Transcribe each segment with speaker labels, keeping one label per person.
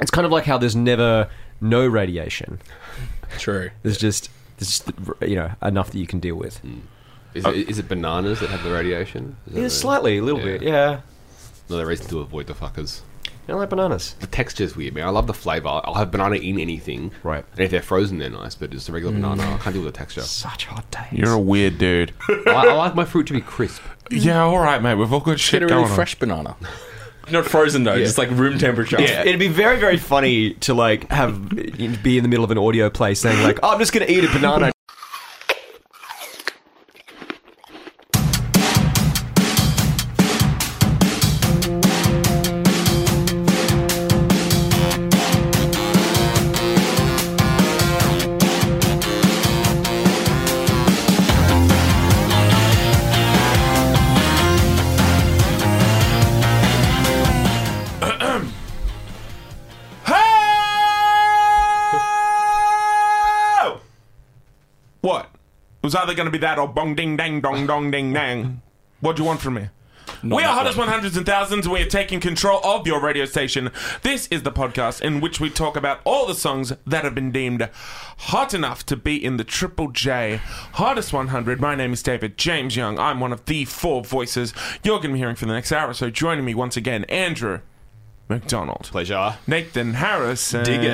Speaker 1: It's kind of like how there's never no radiation.
Speaker 2: True.
Speaker 1: There's just there's just you know enough that you can deal with.
Speaker 3: Mm. Is, it, is it bananas that have the radiation? Is that
Speaker 1: Yeah,
Speaker 3: the-
Speaker 1: slightly, a little
Speaker 3: Uh, yeah.
Speaker 1: bit. Yeah,
Speaker 3: Another reason to avoid the fuckers.
Speaker 1: you don't like bananas.
Speaker 3: The texture's weird, man. I love the flavor. I'll have banana in anything.
Speaker 1: Right.
Speaker 3: And if they're frozen, they're nice, but just a regular banana, I can't deal with the texture.
Speaker 1: Such hot taste.
Speaker 4: You're a weird dude.
Speaker 3: I, I like my fruit to be crisp.
Speaker 4: yeah, all right, mate. We've all got
Speaker 2: Get
Speaker 4: shit
Speaker 2: a
Speaker 4: going
Speaker 2: really fresh banana. Not frozen though, just like room temperature.
Speaker 1: Yeah. It'd be very, very funny to like have be in the middle of an audio play saying like, oh, "I'm just going to eat a banana."
Speaker 4: on. Ho! What? It was either going to be that or bong ding dang dong dong ding dang. What do you want from me? we are hottest 100s and thousands. We are taking control of your radio station. This is the podcast in which we talk about all the songs that have been deemed hot enough to be in the Triple J Hottest 100. My name is David James Young. I'm one of the four voices you're going to be hearing for the next hour. or So joining me once again, Andrew McDonald,
Speaker 3: Pleasure.
Speaker 4: Nathan Harris, and
Speaker 2: it.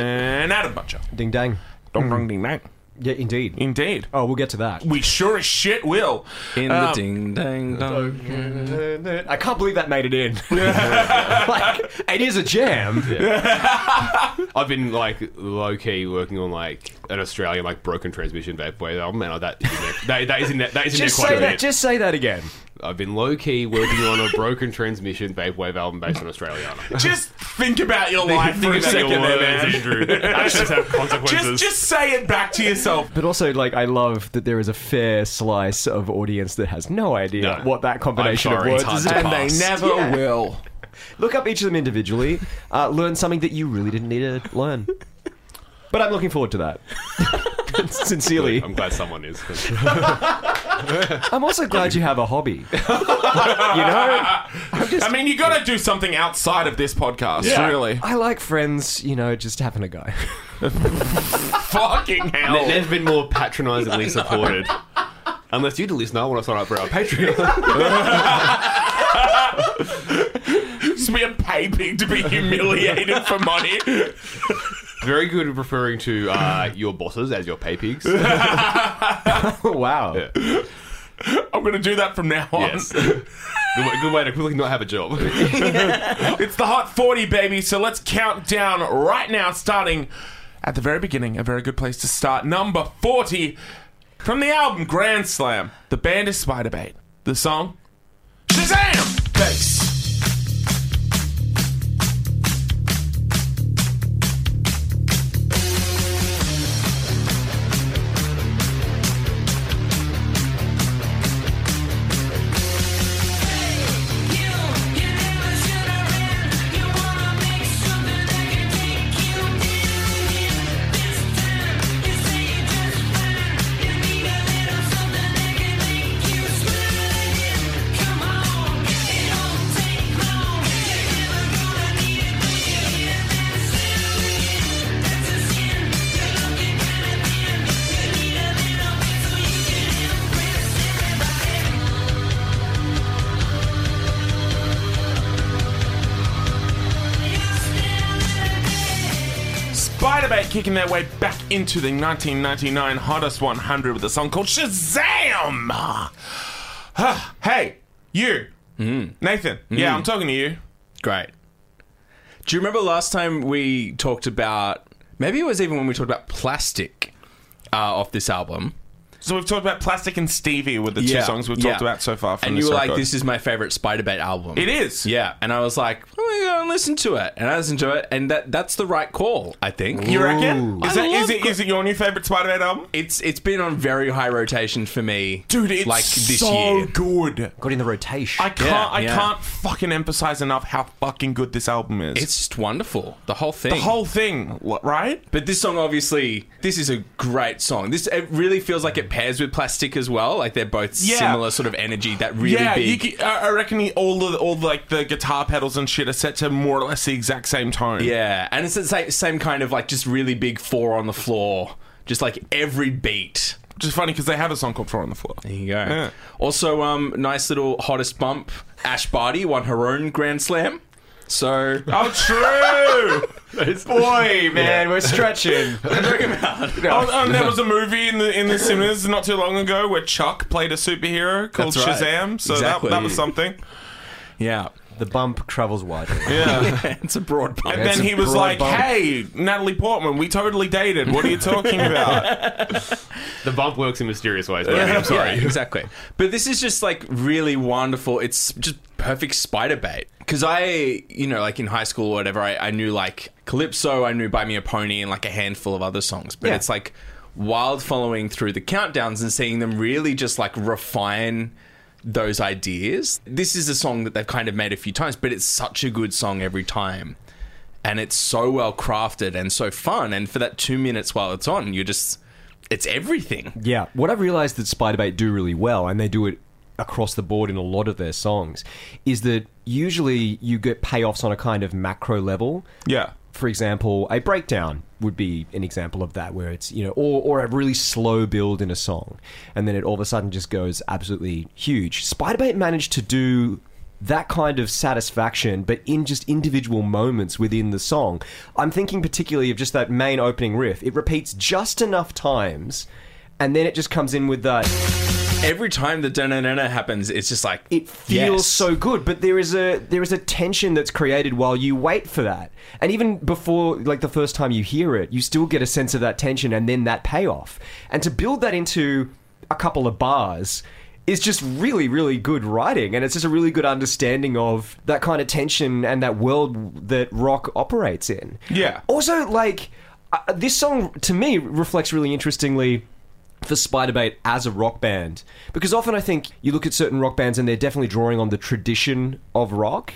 Speaker 4: Adam Butcher.
Speaker 1: Ding dang.
Speaker 4: Dong dong ding dang.
Speaker 1: Yeah, indeed.
Speaker 4: Indeed.
Speaker 1: Oh, we'll get to that.
Speaker 4: We sure as shit will.
Speaker 2: In
Speaker 4: Um,
Speaker 2: the ding dang dong.
Speaker 1: I can't believe that made it in. like, it is a jam.
Speaker 3: I've been like low key working on like an Australian like broken transmission vaporwave. Oh man, oh, that, that that is in that, that is in
Speaker 1: Just
Speaker 3: there quite
Speaker 1: say
Speaker 3: a
Speaker 1: that.
Speaker 3: bit.
Speaker 1: Just say that again.
Speaker 3: I've been low key working on a broken transmission vaporwave album based on Australiana.
Speaker 4: Just think about your life for a second there, man.
Speaker 3: Actions have consequences.
Speaker 4: Just, just say it back to yourself.
Speaker 1: But also, like, I love that there is a fair slice of audience that has no idea
Speaker 3: No.
Speaker 1: what that combination
Speaker 3: I'm sorry,
Speaker 1: of
Speaker 3: it's
Speaker 1: words is.
Speaker 3: hard to
Speaker 1: And they
Speaker 3: pass.
Speaker 1: never will.
Speaker 2: will.
Speaker 1: Look up each of them individually. Uh, learn something that you really didn't need to learn. But I'm looking forward to that. Sincerely,
Speaker 3: I'm glad someone is.
Speaker 1: I'm also glad you have a hobby. you know,
Speaker 4: I mean, you got to do something outside of this podcast, really.
Speaker 1: I like friends. You know, just having a go.
Speaker 4: Fucking hell.
Speaker 3: There- There's been more patronisingly supported. Unless you, the listener, want to sign up for our Patreon.
Speaker 4: It's me a pay pig to be humiliated for money.
Speaker 3: Very good at referring to uh, your bosses as your pay pigs.
Speaker 1: wow.
Speaker 3: Yeah.
Speaker 4: I'm going to do that from now on.
Speaker 3: Yes. Good way, good way to quickly not have a job.
Speaker 4: It's the Hot 40, baby. So let's count down right now, starting at the very beginning. A very good place to start. Number 40 from the album Grand Slam. The band is Spiderbait. The song Shazam! Bass. Spiderbait kicking their way back into the 1999 Hottest 100 with a song called Shazam! Huh, hey, you.
Speaker 2: Hmm.
Speaker 4: Nathan. Yeah, I'm talking to you.
Speaker 2: Great. Do you remember last time we talked about? Maybe it was even when we talked about plastic uh, off this album.
Speaker 4: So we've talked about Plastic and Stevie with the two songs we've talked
Speaker 2: yeah.
Speaker 4: about so far. From
Speaker 2: and you were like,
Speaker 4: record.
Speaker 2: "This is my favorite Spider Bait album."
Speaker 4: It is.
Speaker 2: Yeah, and I was like, "I'm gonna go and listen to it," and I listened to it, and that that's the right call, I think.
Speaker 4: You reckon?
Speaker 1: Ooh.
Speaker 4: Is,
Speaker 2: I
Speaker 4: that, is
Speaker 2: love
Speaker 4: it is it your new favorite Spider-Man album?
Speaker 2: It's it's been on very high rotation for me,
Speaker 4: Dude, it's
Speaker 2: like this
Speaker 4: so
Speaker 2: year.
Speaker 4: good.
Speaker 1: Got in the rotation.
Speaker 4: I can't
Speaker 2: Yeah,
Speaker 4: I
Speaker 2: yeah.
Speaker 4: can't fucking emphasize enough how fucking good this album is.
Speaker 2: It's just wonderful. The whole thing.
Speaker 4: the whole thing, wh- right?
Speaker 2: But this song, obviously, this is a great song. This it really feels like it pairs with Plastic as well. Like they're both
Speaker 4: Yeah.
Speaker 2: similar sort of energy. That really
Speaker 4: yeah,
Speaker 2: big.
Speaker 4: you can, I I reckon he- all the all like the guitar pedals and shit are set to more or less the exact same tone.
Speaker 2: Yeah, and it's the same, same kind of like just really big four on the floor, just like every beat.
Speaker 4: Just funny because they have a song called Four on the Floor.
Speaker 2: There you go.
Speaker 4: Yeah.
Speaker 2: Also, um, nice little hottest bump. Ash Barty won her own Grand Slam. So
Speaker 4: Oh, true!
Speaker 1: Boy, man, we're stretching.
Speaker 4: oh, um, there was a movie in the in the cinemas not too long ago where Chuck played a superhero called
Speaker 2: That's right.
Speaker 4: Shazam. So
Speaker 2: Exactly.
Speaker 4: that, that was something.
Speaker 2: yeah,
Speaker 1: the bump travels widely.
Speaker 4: Yeah.
Speaker 2: it's a broad bump.
Speaker 4: And
Speaker 1: That's
Speaker 4: then
Speaker 1: a
Speaker 4: he was
Speaker 1: broad
Speaker 4: like,
Speaker 1: bump.
Speaker 4: "Hey, Natalie Portman, we totally dated. What are you talking about?"
Speaker 3: The bump works in mysterious ways. But
Speaker 2: Yeah,
Speaker 3: I'm sorry.
Speaker 2: yeah, exactly. But this is just like really wonderful. It's just perfect spider bait. Because I, you know, like in high school or whatever, I, I knew like Calypso, I knew Buy Me a Pony, and like a handful of other songs. But
Speaker 1: Yeah.
Speaker 2: it's like wild following through the countdowns and seeing them really just like refine those ideas. This is a song that they've kind of made a few times, but it's such a good song every time. And it's so well crafted and so fun. And for that two minutes while it's on, you're just, it's everything.
Speaker 1: Yeah, what I've realized that Spiderbait do really well, and they do it across the board in a lot of their songs, is that usually you get payoffs on a kind of macro level.
Speaker 4: yeah.
Speaker 1: For example, a breakdown would be an example of that, where it's you know, or or a really slow build in a song, and then it all of a sudden just goes absolutely huge. Spiderbait managed to do that kind of satisfaction, but in just individual moments within the song. I'm thinking particularly of just that main opening riff. It repeats just enough times. And then it just comes in with that.
Speaker 2: every time the da-na-na-na happens, it's just like
Speaker 1: it feels
Speaker 2: yes.
Speaker 1: so good but there is a there is a tension that's created while you wait for that and even before like the first time you hear it you still get a sense of that tension and then that payoff and to build that into a couple of bars is just really really good writing and it's just a really good understanding of that kind of tension and that world that rock operates in
Speaker 4: Yeah.
Speaker 1: also like uh, this song to me reflects really interestingly for Spiderbait as a rock band because often I think you look at certain rock bands and they're definitely drawing on the tradition of rock.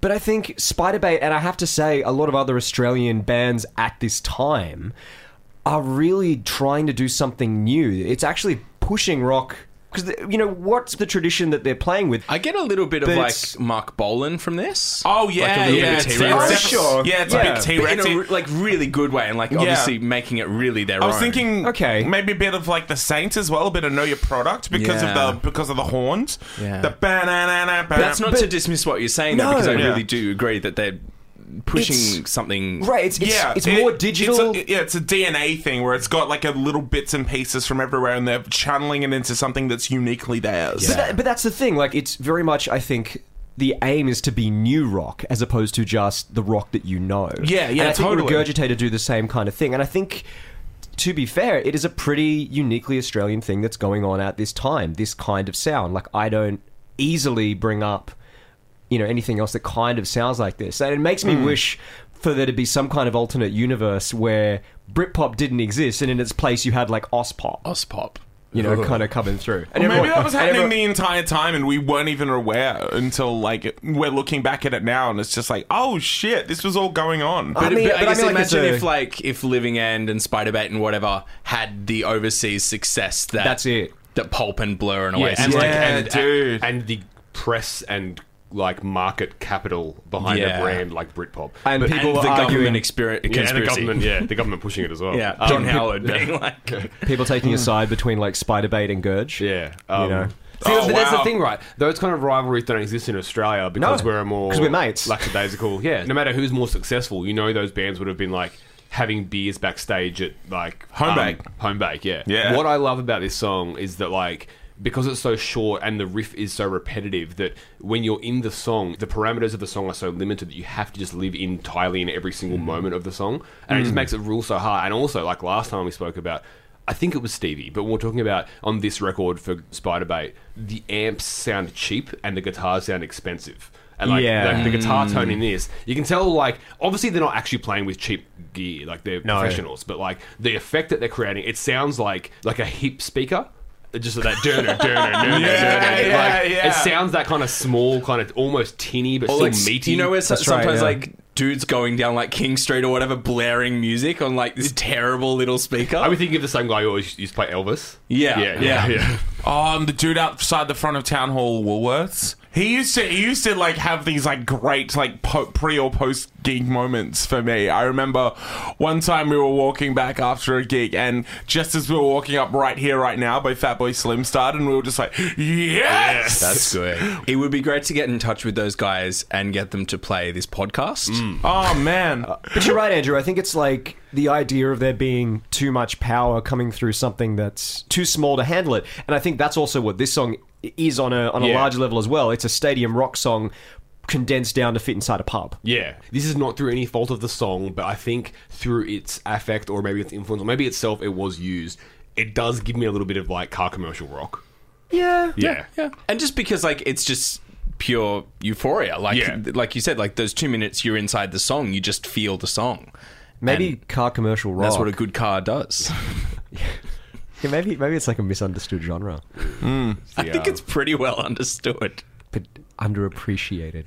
Speaker 1: But I think Spiderbait and I have to say a lot of other Australian bands at this time are really trying to do something new. It's actually pushing rock because you know what's the tradition that they're playing with?
Speaker 2: I get a little bit of
Speaker 1: But
Speaker 2: like
Speaker 1: it's-
Speaker 2: Mark Bolan from this.
Speaker 4: Oh yeah,
Speaker 2: Like a little
Speaker 4: yeah,
Speaker 2: bit of
Speaker 4: it's-
Speaker 2: T-Rex.
Speaker 4: it's-
Speaker 1: Oh, sure.
Speaker 4: Yeah, it's a big
Speaker 2: But
Speaker 4: T Rex.
Speaker 2: in a re- like really good way, and like obviously making it really their
Speaker 4: I
Speaker 2: own.
Speaker 4: was thinking,
Speaker 1: Okay.
Speaker 4: maybe a bit of like the Saints as well, a bit of know your product because
Speaker 2: Yeah.
Speaker 4: of the because of the horns.
Speaker 2: Yeah.
Speaker 4: The banana.
Speaker 2: that's not to dismiss what you're saying, though,
Speaker 1: No.
Speaker 2: because I
Speaker 4: Yeah.
Speaker 2: really do agree that they're pushing
Speaker 1: It's-
Speaker 2: something.
Speaker 1: Right, it's it's,
Speaker 4: yeah,
Speaker 1: it's
Speaker 4: it-
Speaker 1: more
Speaker 4: it's
Speaker 1: digital.
Speaker 4: a- yeah, it's a DNA thing where it's got like a little bits and pieces from everywhere, and they're channeling it into something that's uniquely theirs.
Speaker 1: But, that, but that's the thing. Like, it's very much, I think, the aim is to be new rock as opposed to just the rock that you know.
Speaker 4: Yeah,
Speaker 1: And
Speaker 4: yeah,
Speaker 1: I think
Speaker 4: totally.
Speaker 1: Regurgitator do the same kind of thing. And I think, to be fair, it is a pretty uniquely Australian thing that's going on at this time, this kind of sound. Like, I don't easily bring up, you know, anything else that kind of sounds like this. And it makes
Speaker 4: Hmm.
Speaker 1: me wish for there to be some kind of alternate universe where Britpop didn't exist and in its place you had, like, Ospop.
Speaker 2: Ospop.
Speaker 1: You know, kind of coming through. And
Speaker 4: Or maybe
Speaker 1: everyone-
Speaker 4: that was
Speaker 1: and
Speaker 4: happening
Speaker 1: everyone-
Speaker 4: the entire time, and we weren't even aware until like we're looking back at it now, and it's just like, oh shit, this was all going on.
Speaker 2: But,
Speaker 1: I mean-
Speaker 2: but I
Speaker 1: but I
Speaker 2: guess
Speaker 1: mean, like, it's
Speaker 2: imagine
Speaker 1: a-
Speaker 2: if like if Living End and Spider Bait and whatever had the overseas success that
Speaker 1: That's it.
Speaker 2: that Pulp and Blur and
Speaker 3: Yeah,
Speaker 2: Oasis
Speaker 3: and like,
Speaker 4: Yeah,
Speaker 3: and,
Speaker 4: dude.
Speaker 3: and the press and like market capital behind
Speaker 2: Yeah.
Speaker 3: a brand like Britpop.
Speaker 1: And
Speaker 3: But-
Speaker 1: people
Speaker 2: and
Speaker 1: were
Speaker 2: the
Speaker 1: arguing
Speaker 2: government experience.
Speaker 3: yeah, and the government, yeah, the government pushing it as well.
Speaker 2: Yeah,
Speaker 3: Um,
Speaker 2: John Howard being like,
Speaker 1: people taking a side between like Spiderbait and Gurge.
Speaker 3: yeah. Um,
Speaker 1: know.
Speaker 3: See,
Speaker 4: Oh,
Speaker 3: but that's
Speaker 4: wow.
Speaker 3: the thing, right? Those kind of rivalries don't exist in Australia because
Speaker 1: No,
Speaker 3: we're a more
Speaker 1: 'cause we're mates.
Speaker 3: lackadaisical. Yeah, no matter who's more successful, you know those bands would have been like having beers backstage at like um,
Speaker 4: Home bake.
Speaker 3: home bake. Yeah,
Speaker 4: Yeah.
Speaker 3: What I love about this song is that like because it's so short and the riff is so repetitive that when you're in the song, the parameters of the song are so limited that you have to just live entirely in every single moment of the song, and it just makes it rule so hard. And also, like last time we spoke about. I think it was Stevie, but we're talking about on this record for Spiderbait, the amps sound cheap and the guitars sound expensive. And like
Speaker 1: Yeah.
Speaker 3: the, the
Speaker 2: Hmm.
Speaker 3: guitar tone in this, you can tell like obviously they're not actually playing with cheap gear, like they're professionals, but like the effect that they're creating, it sounds like like a hip speaker. Just that durner, durner, durner,
Speaker 4: Yeah,
Speaker 3: durner.
Speaker 4: yeah,
Speaker 3: like,
Speaker 4: yeah.
Speaker 3: It sounds that kind of small, kind of almost tinny, but
Speaker 2: Or
Speaker 3: still
Speaker 2: like,
Speaker 3: meaty.
Speaker 2: You know where so-
Speaker 1: That's right,
Speaker 2: sometimes
Speaker 1: yeah.
Speaker 2: like dudes going down like King Street or whatever, blaring music on like this terrible little speaker.
Speaker 3: I would think of the same guy who always used to play Elvis.
Speaker 2: Yeah,
Speaker 3: yeah, yeah.
Speaker 2: yeah.
Speaker 3: yeah.
Speaker 4: Um, the dude outside the front of town hall Woolworths He used to he used to like have these like great like po- pre or post gig moments for me. I remember one time we were walking back after a gig, and just as we were walking up right here, right now, by Fatboy Slim started, and we were just like, yes,
Speaker 2: That's good. It would be great to get in touch with those guys and get them to play this podcast.
Speaker 4: oh man,
Speaker 5: Uh,
Speaker 1: But you're right, Andrew. I think it's like the idea of there being too much power coming through something that's too small to handle it. And I think that's also what this song i- is on a on a
Speaker 5: Yeah.
Speaker 1: larger level as well. It's a stadium rock song condensed down to fit inside a pub.
Speaker 5: Yeah. This is not through any fault of the song, but I think through its affect or maybe its influence or maybe itself it was used. It does give me a little bit of like car commercial rock.
Speaker 1: Yeah.
Speaker 5: Yeah.
Speaker 2: Yeah. And just because like it's just pure euphoria. Like
Speaker 5: Yeah.
Speaker 2: like you said, like those two minutes you're inside the song, you just feel the song.
Speaker 1: Maybe car commercial rock.
Speaker 2: That's what a good car does.
Speaker 1: Yeah, maybe maybe it's like a misunderstood genre,
Speaker 2: I think it's pretty well understood.
Speaker 1: but underappreciated.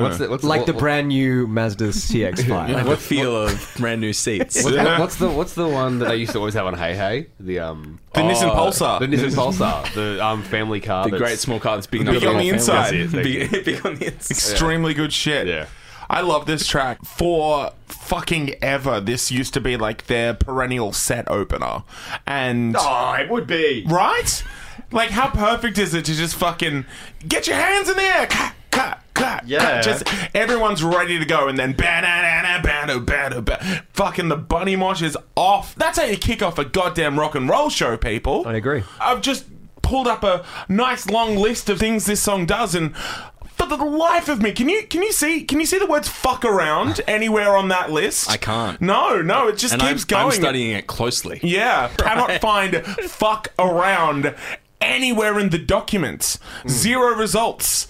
Speaker 3: What's the, what's
Speaker 1: like
Speaker 3: what-
Speaker 1: the brand new Mazda CX-5.
Speaker 2: Like the feel of brand new seats.
Speaker 3: what- what's the what's the one that
Speaker 5: They used to always have on Hey Hey, the um
Speaker 4: the Nissan
Speaker 5: the
Speaker 4: Pulsar.
Speaker 5: Nissan Pulsar, the um family car.
Speaker 2: The
Speaker 5: that's-
Speaker 2: great small car that's big enough
Speaker 4: Big
Speaker 2: for
Speaker 4: on
Speaker 2: a
Speaker 4: the
Speaker 2: whole
Speaker 4: inside.
Speaker 2: family.
Speaker 5: That's it, thank
Speaker 2: Big, big on the inside.
Speaker 4: Extremely good shit.
Speaker 5: Yeah.
Speaker 4: I love this track. For fucking ever, this used to be like their perennial set opener. And
Speaker 5: Oh, it would be.
Speaker 4: Right? Like, how perfect is it to just fucking get your hands in the air? Clap, clap, clap.
Speaker 5: Yeah.
Speaker 4: clap. Just everyone's ready to go, and then ba-na-na-na, ba-na, ba-na, ba- fucking the bunny mosh is off. That's how you kick off a goddamn rock and roll show, people.
Speaker 1: I agree.
Speaker 4: I've just pulled up a nice long list of things this song does, and for the life of me, can you can you see can you see the words "fuck around" anywhere on that list?
Speaker 2: I can't.
Speaker 4: No, no, it just
Speaker 2: And I'm,
Speaker 4: keeps going.
Speaker 2: I'm studying it closely.
Speaker 4: Yeah, cannot find fuck around anywhere in the documents. Zero results.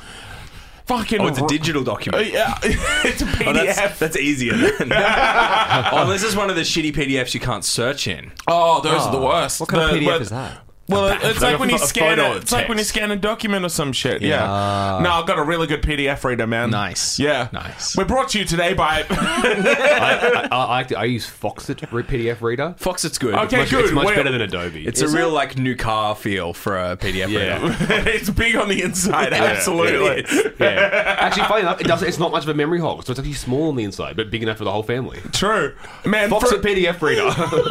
Speaker 4: Fucking.
Speaker 2: Oh, it's a
Speaker 4: r-
Speaker 2: digital document.
Speaker 4: Yeah, it's a PDF.
Speaker 2: Oh, that's, that's easier. Then. oh, this is one of the shitty PDFs you can't search in.
Speaker 4: oh, those are the worst.
Speaker 1: What kind of
Speaker 4: The-
Speaker 1: PDF
Speaker 4: but-
Speaker 1: is that?
Speaker 4: Well, it's like
Speaker 2: a
Speaker 4: when you
Speaker 2: pho- a
Speaker 4: scan
Speaker 2: photo
Speaker 4: a,
Speaker 2: of
Speaker 4: it's like when you
Speaker 2: text.
Speaker 4: scan a document or some shit. Yeah. no, I've got a really good PDF reader, man.
Speaker 2: Nice.
Speaker 4: Yeah.
Speaker 2: Nice.
Speaker 4: We're brought to you today by.
Speaker 5: I, I, I, like to- I use Foxit PDF reader.
Speaker 2: Fox, it's good.
Speaker 4: Okay,
Speaker 5: Much-
Speaker 4: good.
Speaker 5: It's much
Speaker 4: Well-
Speaker 5: better than Adobe.
Speaker 2: It's a real like new car feel for a PDF reader.
Speaker 4: it's big on the inside. Absolutely.
Speaker 5: Yeah. Actually, funny enough, it does, it's not much of a memory hole, so it's actually small on the inside, but big enough for the whole family.
Speaker 4: True, man.
Speaker 5: Fox
Speaker 4: for-
Speaker 5: a PDF reader.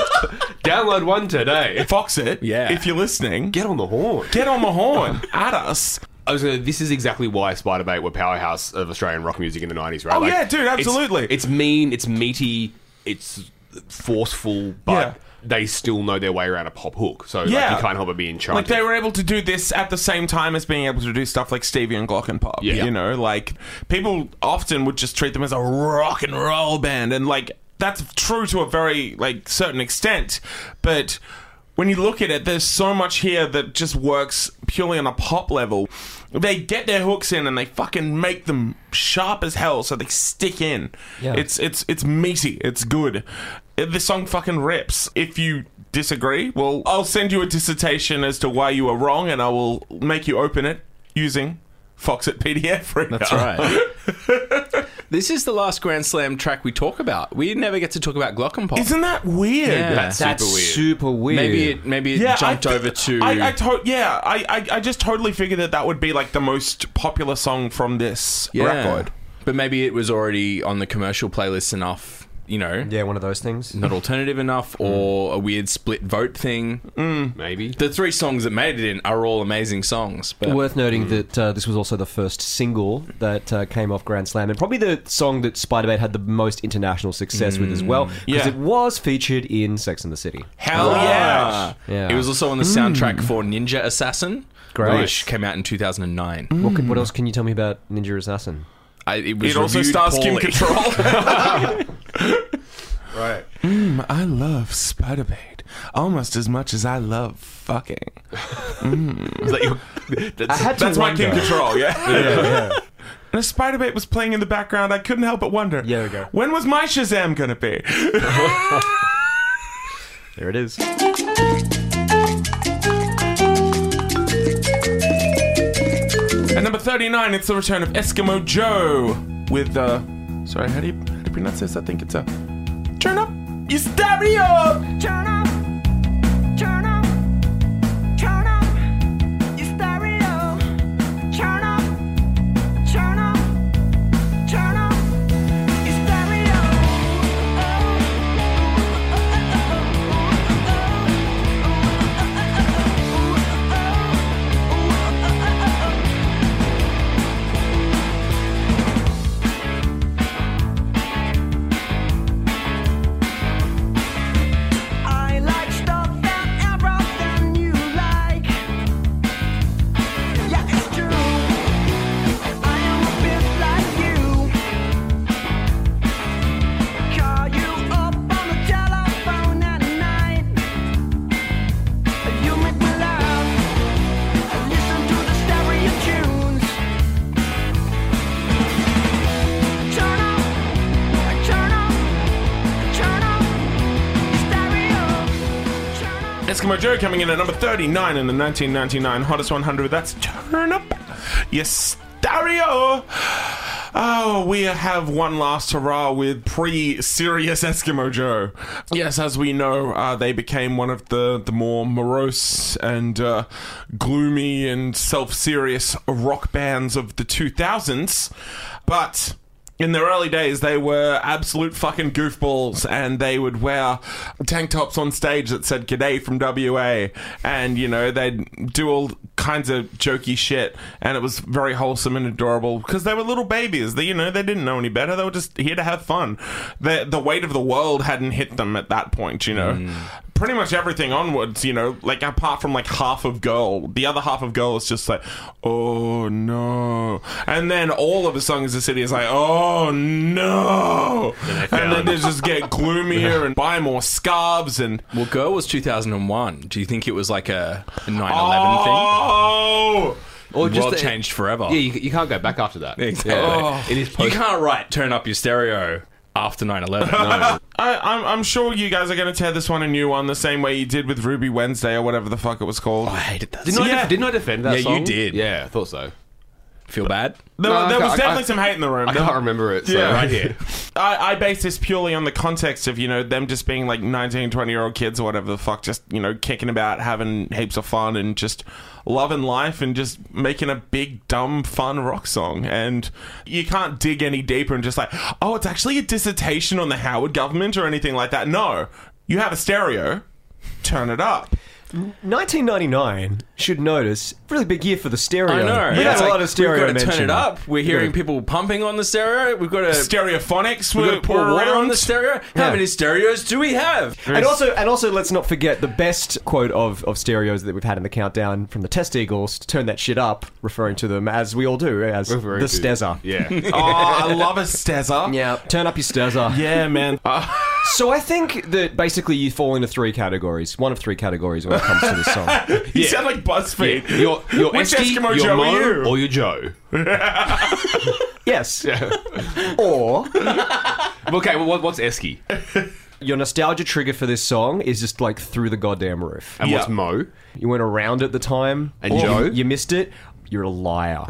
Speaker 5: Download one today.
Speaker 4: Fox it.
Speaker 2: Yeah.
Speaker 4: If you're listening,
Speaker 5: Get on the horn.
Speaker 4: get on the horn at us.
Speaker 5: I was gonna, this is exactly why Spider Bait were powerhouse of Australian rock music in the 90s, right?
Speaker 4: Oh, yeah, dude,
Speaker 5: it's-
Speaker 4: absolutely.
Speaker 5: It's, mean, it's meaty, it's forceful, but
Speaker 4: Yeah.
Speaker 5: they still know their way around a pop hook. So like,
Speaker 4: Yeah.
Speaker 5: you can't help but be enchanted.
Speaker 4: Like they were able to do this at the same time as being able to do stuff like Stevie and Glockenpop.
Speaker 5: Yeah.
Speaker 4: You know, like people often would just treat them as a rock and roll band and like that's true to a very like certain extent, but when you look at it, there's so much here that just works purely on a pop level. They get their hooks in and they fucking make them sharp as hell, so they stick in.
Speaker 1: Yeah.
Speaker 4: It's it's it's meaty. It's good. Uh, The song fucking rips. If you disagree, well, I'll send you a dissertation as to why you are wrong, and I will make you open it using Foxit PDF. Reader.
Speaker 2: That's right. this is the last Grand Slam track we talk about. We never get to talk about Glockenpop.
Speaker 4: Isn't that weird?
Speaker 2: Yeah.
Speaker 5: That's super
Speaker 1: That's
Speaker 5: weird.
Speaker 1: super weird.
Speaker 2: maybe it maybe it jumped
Speaker 4: I thi-
Speaker 2: over to
Speaker 4: I, I to- yeah, I, I, I just totally figured that that would be like the most popular song from this
Speaker 2: Yeah.
Speaker 4: record.
Speaker 2: But maybe it was already on the commercial playlist enough, you know.
Speaker 1: yeah, one of those things.
Speaker 2: Not alternative enough, or a weird split vote thing.
Speaker 5: Maybe.
Speaker 2: The three songs that made it in are all amazing songs. But Mm.
Speaker 1: Worth noting that uh, this was also the first single that uh, came off Grand Slam, and probably the song that Spider-Man had the most international success with as
Speaker 2: Mm.
Speaker 1: well, because
Speaker 4: Yeah.
Speaker 1: it was featured in Sex and the City.
Speaker 4: Hell yeah.
Speaker 1: Yeah.
Speaker 2: It was also on the
Speaker 4: Mm.
Speaker 2: soundtrack for Ninja Assassin,
Speaker 1: Great.
Speaker 2: which came out in 2009.
Speaker 4: Mm.
Speaker 1: What, could, what else can you tell me about Ninja Assassin?
Speaker 2: I, it was
Speaker 4: It also
Speaker 2: reviewed
Speaker 4: stars Kim
Speaker 2: poorly.
Speaker 4: Control.
Speaker 5: Right.
Speaker 4: I love Spider Bait almost as much as I love fucking.
Speaker 5: Is that your, that's,
Speaker 4: That's my Kim Control, yeah. And a Spider Bait was playing in the background. I couldn't help but wonder.
Speaker 1: Yeah, there we go.
Speaker 4: When was my Shazam gonna be?
Speaker 1: There it is.
Speaker 4: At number 39, it's the return of Eskimo Joe with, uh, sorry, how do you, how do you pronounce this? I think it's a turn up your stereo up.
Speaker 6: Turn up, turn up, turn up your stereo. Turn up Oh.
Speaker 4: Eskimo Joe coming in at number 39 in the 1999 Hottest 100. That's Turn Up Yes, Dario. Oh, we have one last hurrah with pre serious Eskimo Joe. Yes, as we know, uh, they became one of the, the more morose and uh, gloomy and self serious rock bands of the 2000s. But in their early days, they were absolute fucking goofballs, and they would wear tank tops on stage that said "G'day from WA," and you know they'd do all kinds of jokey shit, and it was very wholesome and adorable because they were little babies. They, you know, they didn't know any better. They were just here to have fun. The the weight of the world hadn't hit them at that point, you know. Pretty much everything onwards, you know, like apart from like half of Girl, the other half of Girl is just like, oh no, and then all of his songs, the city is like, oh no, and then they just get gloomier and buy more scarves and
Speaker 2: Well, Girl was 2001. Do you think it was like a 9 11
Speaker 4: oh,
Speaker 2: thing?
Speaker 3: Or
Speaker 2: The
Speaker 3: just
Speaker 2: world
Speaker 3: the-
Speaker 2: changed forever.
Speaker 3: Yeah, you, you can't go back after that.
Speaker 2: Exactly.
Speaker 4: Oh.
Speaker 3: It is
Speaker 2: You
Speaker 3: post-
Speaker 2: can't write turn up your stereo after 9 11.
Speaker 4: I, I'm, I'm sure you guys are going to tear this one a new one the same way you did with Ruby Wednesday or whatever the fuck it was called.
Speaker 3: Oh,
Speaker 2: I hated that.
Speaker 3: Didn't,
Speaker 2: song.
Speaker 3: I
Speaker 4: Yeah.
Speaker 3: def- didn't I defend that
Speaker 2: Yeah, you
Speaker 3: song?
Speaker 2: did.
Speaker 3: Yeah, I thought so.
Speaker 2: Feel bad?
Speaker 4: There,
Speaker 3: No,
Speaker 4: there
Speaker 3: I-
Speaker 4: was
Speaker 3: I-
Speaker 4: definitely
Speaker 3: I-
Speaker 4: some hate in the room.
Speaker 3: I
Speaker 4: There-
Speaker 3: can't remember it. So.
Speaker 4: Yeah.
Speaker 2: Right here.
Speaker 4: I, I base this purely on the context of, you know, them just being like 19, 20 year old kids or whatever the fuck, just, you know, kicking about, having heaps of fun and just loving life and just making a big, dumb, fun rock song. And you can't dig any deeper and just like, oh, it's actually a dissertation on the Howard government or anything like that. No. You have a stereo, turn it up.
Speaker 1: 1999 should notice really big year for the stereo. We
Speaker 2: Yeah,
Speaker 1: had
Speaker 2: it's
Speaker 1: a
Speaker 2: like,
Speaker 1: lot of stereo.
Speaker 2: We've got to turn
Speaker 1: mention.
Speaker 2: it up. We're hearing people pumping on the stereo. We've got to
Speaker 4: Stereophonics
Speaker 2: we've
Speaker 4: were,
Speaker 2: got to pour
Speaker 4: were
Speaker 2: water on
Speaker 4: around.
Speaker 2: the stereo. How
Speaker 1: Yeah.
Speaker 2: many stereos do we have?
Speaker 1: And also, and also, let's not forget the best quote of, of stereos that we've had in the countdown from the Test Eagles to turn that shit up, referring to them as we all do as
Speaker 5: Referring
Speaker 1: the
Speaker 5: to-
Speaker 1: Stezza.
Speaker 5: Yeah.
Speaker 4: oh, I love a Stezza.
Speaker 1: Yeah, turn up your Stezza. Uh,
Speaker 4: Yeah, man.
Speaker 1: So I think that basically you fall into three categories, one of three categories when it comes to this song.
Speaker 4: You sound like BuzzFeed.
Speaker 5: Your your
Speaker 4: Which
Speaker 5: Esky,
Speaker 4: Eskimo
Speaker 5: your
Speaker 4: Joe
Speaker 5: Mo,
Speaker 4: are you?
Speaker 5: or your Joe.
Speaker 1: yes. Or
Speaker 5: Okay, well, what, what's Esky
Speaker 1: your nostalgia trigger for this song is just like through the goddamn roof.
Speaker 5: and what's
Speaker 4: Yeah.
Speaker 5: Mo?
Speaker 1: You weren't around at the time,
Speaker 5: And
Speaker 1: or
Speaker 5: Joe?
Speaker 1: you, you missed it. You're a liar.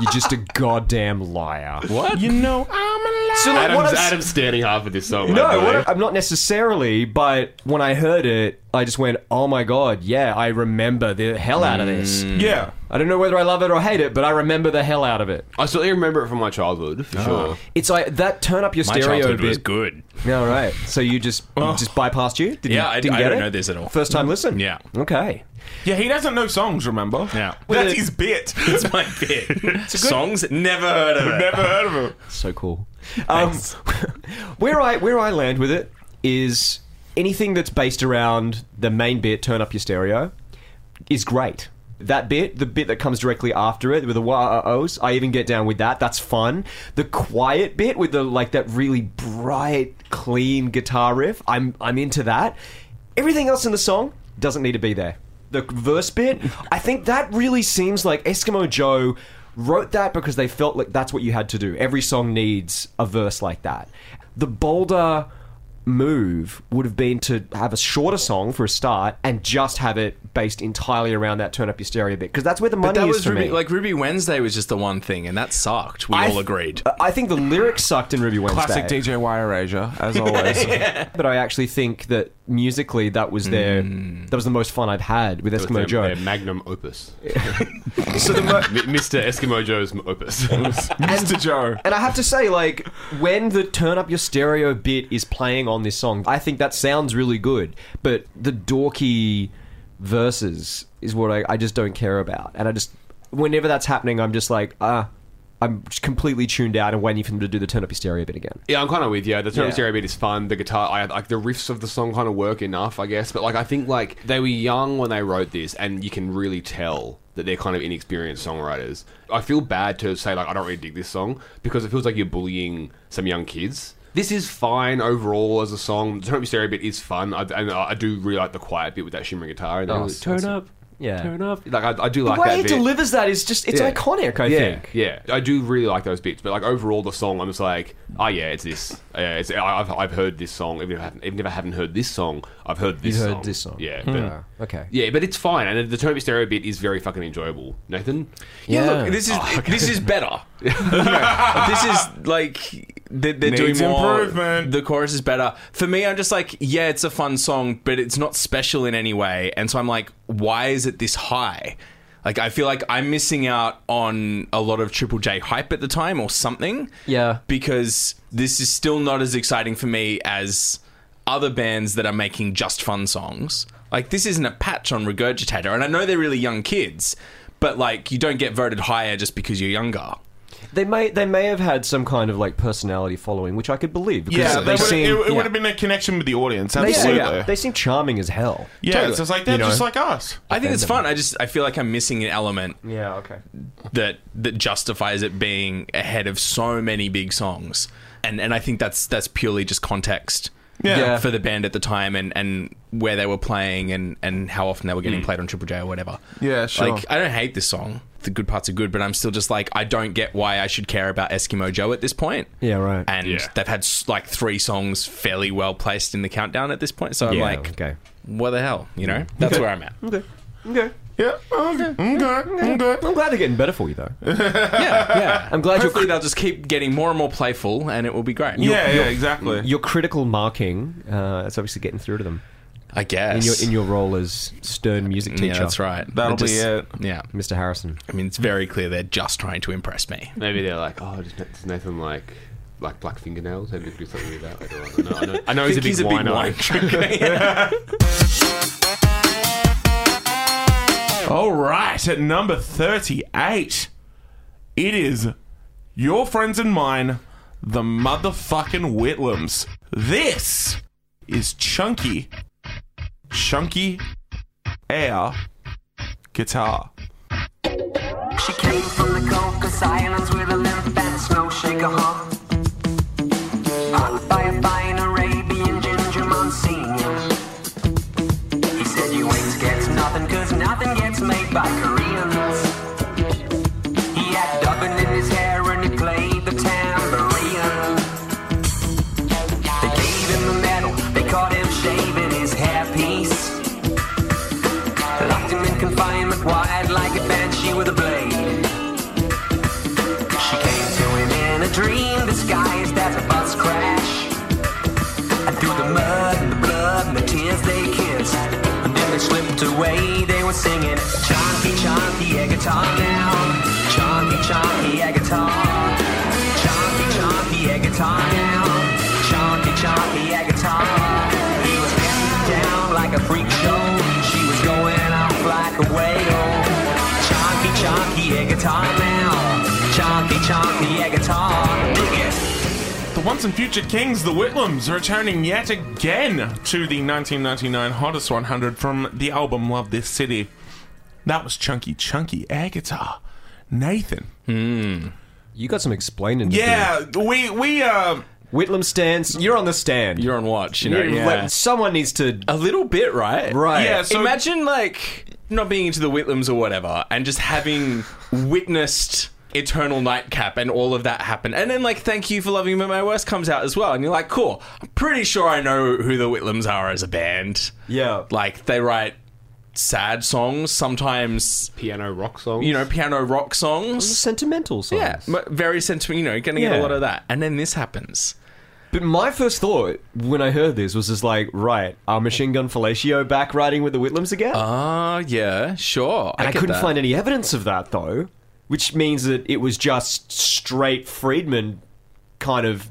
Speaker 1: You're just a goddamn liar.
Speaker 2: What?
Speaker 4: You know, I'm a
Speaker 1: So like, what
Speaker 5: Adam's,
Speaker 1: I'm s-
Speaker 5: Adam's standing hard for this song. I
Speaker 1: No,
Speaker 5: believe.
Speaker 1: what I- I'm not necessarily, but when I heard it, I just went, "Oh my god, yeah, I remember the hell out of this."
Speaker 2: Mm.
Speaker 4: Yeah.
Speaker 1: I don't know whether I love it or hate it, but I remember the hell out of it.
Speaker 5: I certainly remember it from my childhood
Speaker 1: Ah.
Speaker 5: for sure.
Speaker 1: It's like that turn up your
Speaker 2: My
Speaker 1: stereo
Speaker 2: childhood
Speaker 1: bit.
Speaker 2: was good. Oh.
Speaker 1: Yeah, all right. So you just you just bypassed you? Didn't,
Speaker 2: Yeah, I-
Speaker 1: didn't
Speaker 2: I
Speaker 1: get
Speaker 2: don't
Speaker 1: it?
Speaker 2: know this at all.
Speaker 1: First time listen.
Speaker 2: Yeah.
Speaker 1: Okay.
Speaker 4: Yeah, he doesn't know songs, remember?
Speaker 2: Yeah.
Speaker 4: That's his bit.
Speaker 2: That's my bit. Songs never heard of. It.
Speaker 4: Never heard of him.
Speaker 1: So cool. Um, where I where I land with it is anything that's based around the main bit, turn up your stereo, is great. That bit, the bit that comes directly after it with the wah ohs, I even get down with that. That's fun. The quiet bit with the like that really bright, clean guitar riff, I'm I'm into that. Everything else in the song doesn't need to be there. The verse bit, I think that really seems like Eskimo Joe wrote that because they felt like that's what you had to do. Every song needs a verse like that. The bolder move would have been to have a shorter song for a start and just have it based entirely around that turn up your stereo bit because that's where the money
Speaker 2: That
Speaker 1: is
Speaker 2: was
Speaker 1: for
Speaker 2: Ruby,
Speaker 1: me.
Speaker 2: like Ruby Wednesday was just the one thing, and that sucked. We
Speaker 1: I Uh,
Speaker 2: all
Speaker 1: th-
Speaker 2: agreed.
Speaker 1: I think the lyrics sucked in Ruby Wednesday.
Speaker 4: Classic DJ Wire Asia, as always.
Speaker 1: but I actually think that musically that was their
Speaker 2: Mm.
Speaker 1: that was the most fun I'd had with Eskimo
Speaker 5: Their-
Speaker 1: Joe.
Speaker 5: their magnum opus. M- Mr. Eskimo Joe's opus.
Speaker 4: Mr. Joe.
Speaker 1: And I have to say, like, when the turn up your stereo bit is playing on this song, I think that sounds really good. But the dorky verses is what I, I just don't care about. And I just, whenever that's happening, I'm just like, ah, I'm just completely tuned out and waiting for them to do the turn up your stereo bit again.
Speaker 5: Yeah, I'm kind of with you. The turn
Speaker 1: Yeah.
Speaker 5: up stereo beat is fun. The guitar, I, like the riffs of the song, kind of work enough, I guess. But like, I think like they were young when they wrote this, and you can really tell that they're kind of inexperienced songwriters. I feel bad to say like I don't really dig this song because it feels like you're bullying some young kids. This is fine overall as a song. The turn up your stereo bit is fun, I, and I do really like the quiet bit with that shimmering guitar. And
Speaker 3: Oh,
Speaker 5: turn up
Speaker 1: Yeah.
Speaker 3: Turn up. Like I, I do
Speaker 1: The
Speaker 3: like
Speaker 1: way
Speaker 3: that.
Speaker 1: he
Speaker 3: bit.
Speaker 1: delivers that is just, it's
Speaker 3: Yeah.
Speaker 1: iconic, I
Speaker 3: yeah,
Speaker 1: think.
Speaker 3: yeah. I do really like those bits, but like overall, the song, I'm just like, oh yeah, it's this. Yeah, it's, I- I've, I've heard this song. Even if, I haven't, even if I haven't heard this song, I've heard this.
Speaker 1: You've
Speaker 3: song.
Speaker 1: heard this song. Hmm.
Speaker 3: Yeah,
Speaker 1: Yeah.
Speaker 3: but,
Speaker 1: Okay.
Speaker 3: yeah, but it's fine. And the Toby Stereo bit is very fucking enjoyable. Nathan,
Speaker 2: Yeah,
Speaker 1: Yeah.
Speaker 2: look, this is this is better. this is like they're, they're doing
Speaker 4: Needs
Speaker 2: more.
Speaker 4: improvement.
Speaker 2: The chorus is better for me. I'm just like, yeah, it's a fun song, but it's not special in any way. And so I'm like, why is it this high? Like, I feel like I'm missing out on a lot of Triple J hype at the time or something.
Speaker 1: Yeah.
Speaker 2: because this is still not as exciting for me as other bands that are making just fun songs. Like this isn't a patch on Regurgitator, and I know they're really young kids, but like you don't get voted higher just because you're younger.
Speaker 1: They may they may have had some kind of like personality following, which I could believe. Because
Speaker 4: Yeah,
Speaker 1: they
Speaker 4: they would've-
Speaker 1: seem,
Speaker 4: it, it
Speaker 1: yeah.
Speaker 4: would have been a connection with the audience.
Speaker 1: They
Speaker 4: Absolutely.
Speaker 1: seem,
Speaker 4: Yeah,
Speaker 1: they seem charming as hell.
Speaker 4: it's just like they're
Speaker 1: You know?
Speaker 4: just like us.
Speaker 2: I think it's fun. I just I feel like I'm missing an element
Speaker 1: Yeah. Okay.
Speaker 2: that that justifies it being ahead of so many big songs, and and I think that's that's purely just context.
Speaker 4: Yeah.
Speaker 1: Yeah.
Speaker 2: for the band at the time and, and where they were playing and, and how often they were getting played on Triple J or whatever.
Speaker 4: Yeah, sure.
Speaker 2: Like, I don't hate this song. The good parts are good, but I'm still just like, I don't get why I should care about Eskimo Joe at this point.
Speaker 1: Yeah. Right.
Speaker 2: And
Speaker 3: Yeah.
Speaker 2: they've had s- like three songs fairly well placed in the countdown at this point. So I'm
Speaker 1: yeah,
Speaker 2: like,
Speaker 1: okay. Mm.
Speaker 2: what the hell? You know? That's where I'm at.
Speaker 1: Okay.
Speaker 4: Yeah. Okay. Okay. Okay.
Speaker 1: I'm glad they're getting better for you though.
Speaker 2: Yeah.
Speaker 1: Yeah. I'm glad
Speaker 2: Hopefully
Speaker 1: you're.
Speaker 2: they'll just keep getting more and more playful and it will be great.
Speaker 4: Yeah, yeah, exactly.
Speaker 1: Your critical marking, uh, it's obviously getting through to them
Speaker 2: I
Speaker 1: in
Speaker 2: guess.
Speaker 1: your in your role as stern music teacher.
Speaker 2: yeah, that's right.
Speaker 4: That'll
Speaker 2: It just-
Speaker 4: be it.
Speaker 2: Yeah.
Speaker 1: Mr. Harrison.
Speaker 2: I mean, it's very clear they're just trying to impress me.
Speaker 3: maybe they're like, oh, does Nathan- does Nathan like like black fingernails? Maybe we could do something with that. I don't know. I know, I know he's, a big, wino.
Speaker 4: All right, at number 38, it is Your Friends and Mine, the motherfucking Whitlams. This is Chunky, Chunky Air Guitar.
Speaker 7: She came from the Caucasus Islands with a limp and snow shaker hung. Hung by a fine Arabian ginger Monsignor. He said you ain't gets nothing cause nothing gets made by Koreans. He had dubbing in his hair and he played the tambourine. They gave him a medal, they caught him shaving his hairpiece. Locked him in confinement, wired like a banshee with a blade. She came to him in a dream disguised as a bus crash. And through the mud and the blood and the tears they kissed. And then they slipped away, they were singing Chonky Chonky yeah, guitar now. Chonky Chonky yeah, guitar. Chonky Chonky yeah, guitar now. Chonky Chonky yeah, guitar. He was getting down like a freak show. She was going off like a whale. Chonky Chonky yeah, guitar now. Chonky Chonky yeah, guitar. Dig it.
Speaker 4: The once and future kings, the Whitlams, returning yet again to the 1999 Hottest 100 from the album Love This City. That was Chunky Chunky Air Guitar. Nathan.
Speaker 1: You got some explaining. to
Speaker 4: Yeah, we we uh
Speaker 1: do. Whitlam stands. You're on the stand.
Speaker 2: You're on watch, you know.
Speaker 1: You
Speaker 2: yeah. Uh,
Speaker 1: let- Someone needs to.
Speaker 2: A little bit, right?
Speaker 1: Right.
Speaker 4: yeah, so
Speaker 2: Imagine like not being into the Whitlams or whatever, and just having witnessed Eternal Nightcap and all of that happen, and then like Thank You for Loving Me My Worst comes out as well, and you're like, cool. I'm pretty sure I know who the Whitlams are as a band.
Speaker 1: Yeah.
Speaker 2: Like they write sad songs, sometimes
Speaker 3: piano rock song.
Speaker 2: you know piano rock songs.
Speaker 1: sentimental songs.
Speaker 2: Yeah, m- very sentimental. You know, gonna get
Speaker 1: Yeah.
Speaker 2: a lot of that, and then this happens.
Speaker 1: But my first thought when I heard this was just like, right, are Machine Gun Fellatio back riding with the Whitlams again?
Speaker 2: Ah, yeah, sure.
Speaker 1: and I,
Speaker 2: get
Speaker 1: couldn't
Speaker 2: that.
Speaker 1: find any evidence of that though, which means that it was just straight Friedman kind of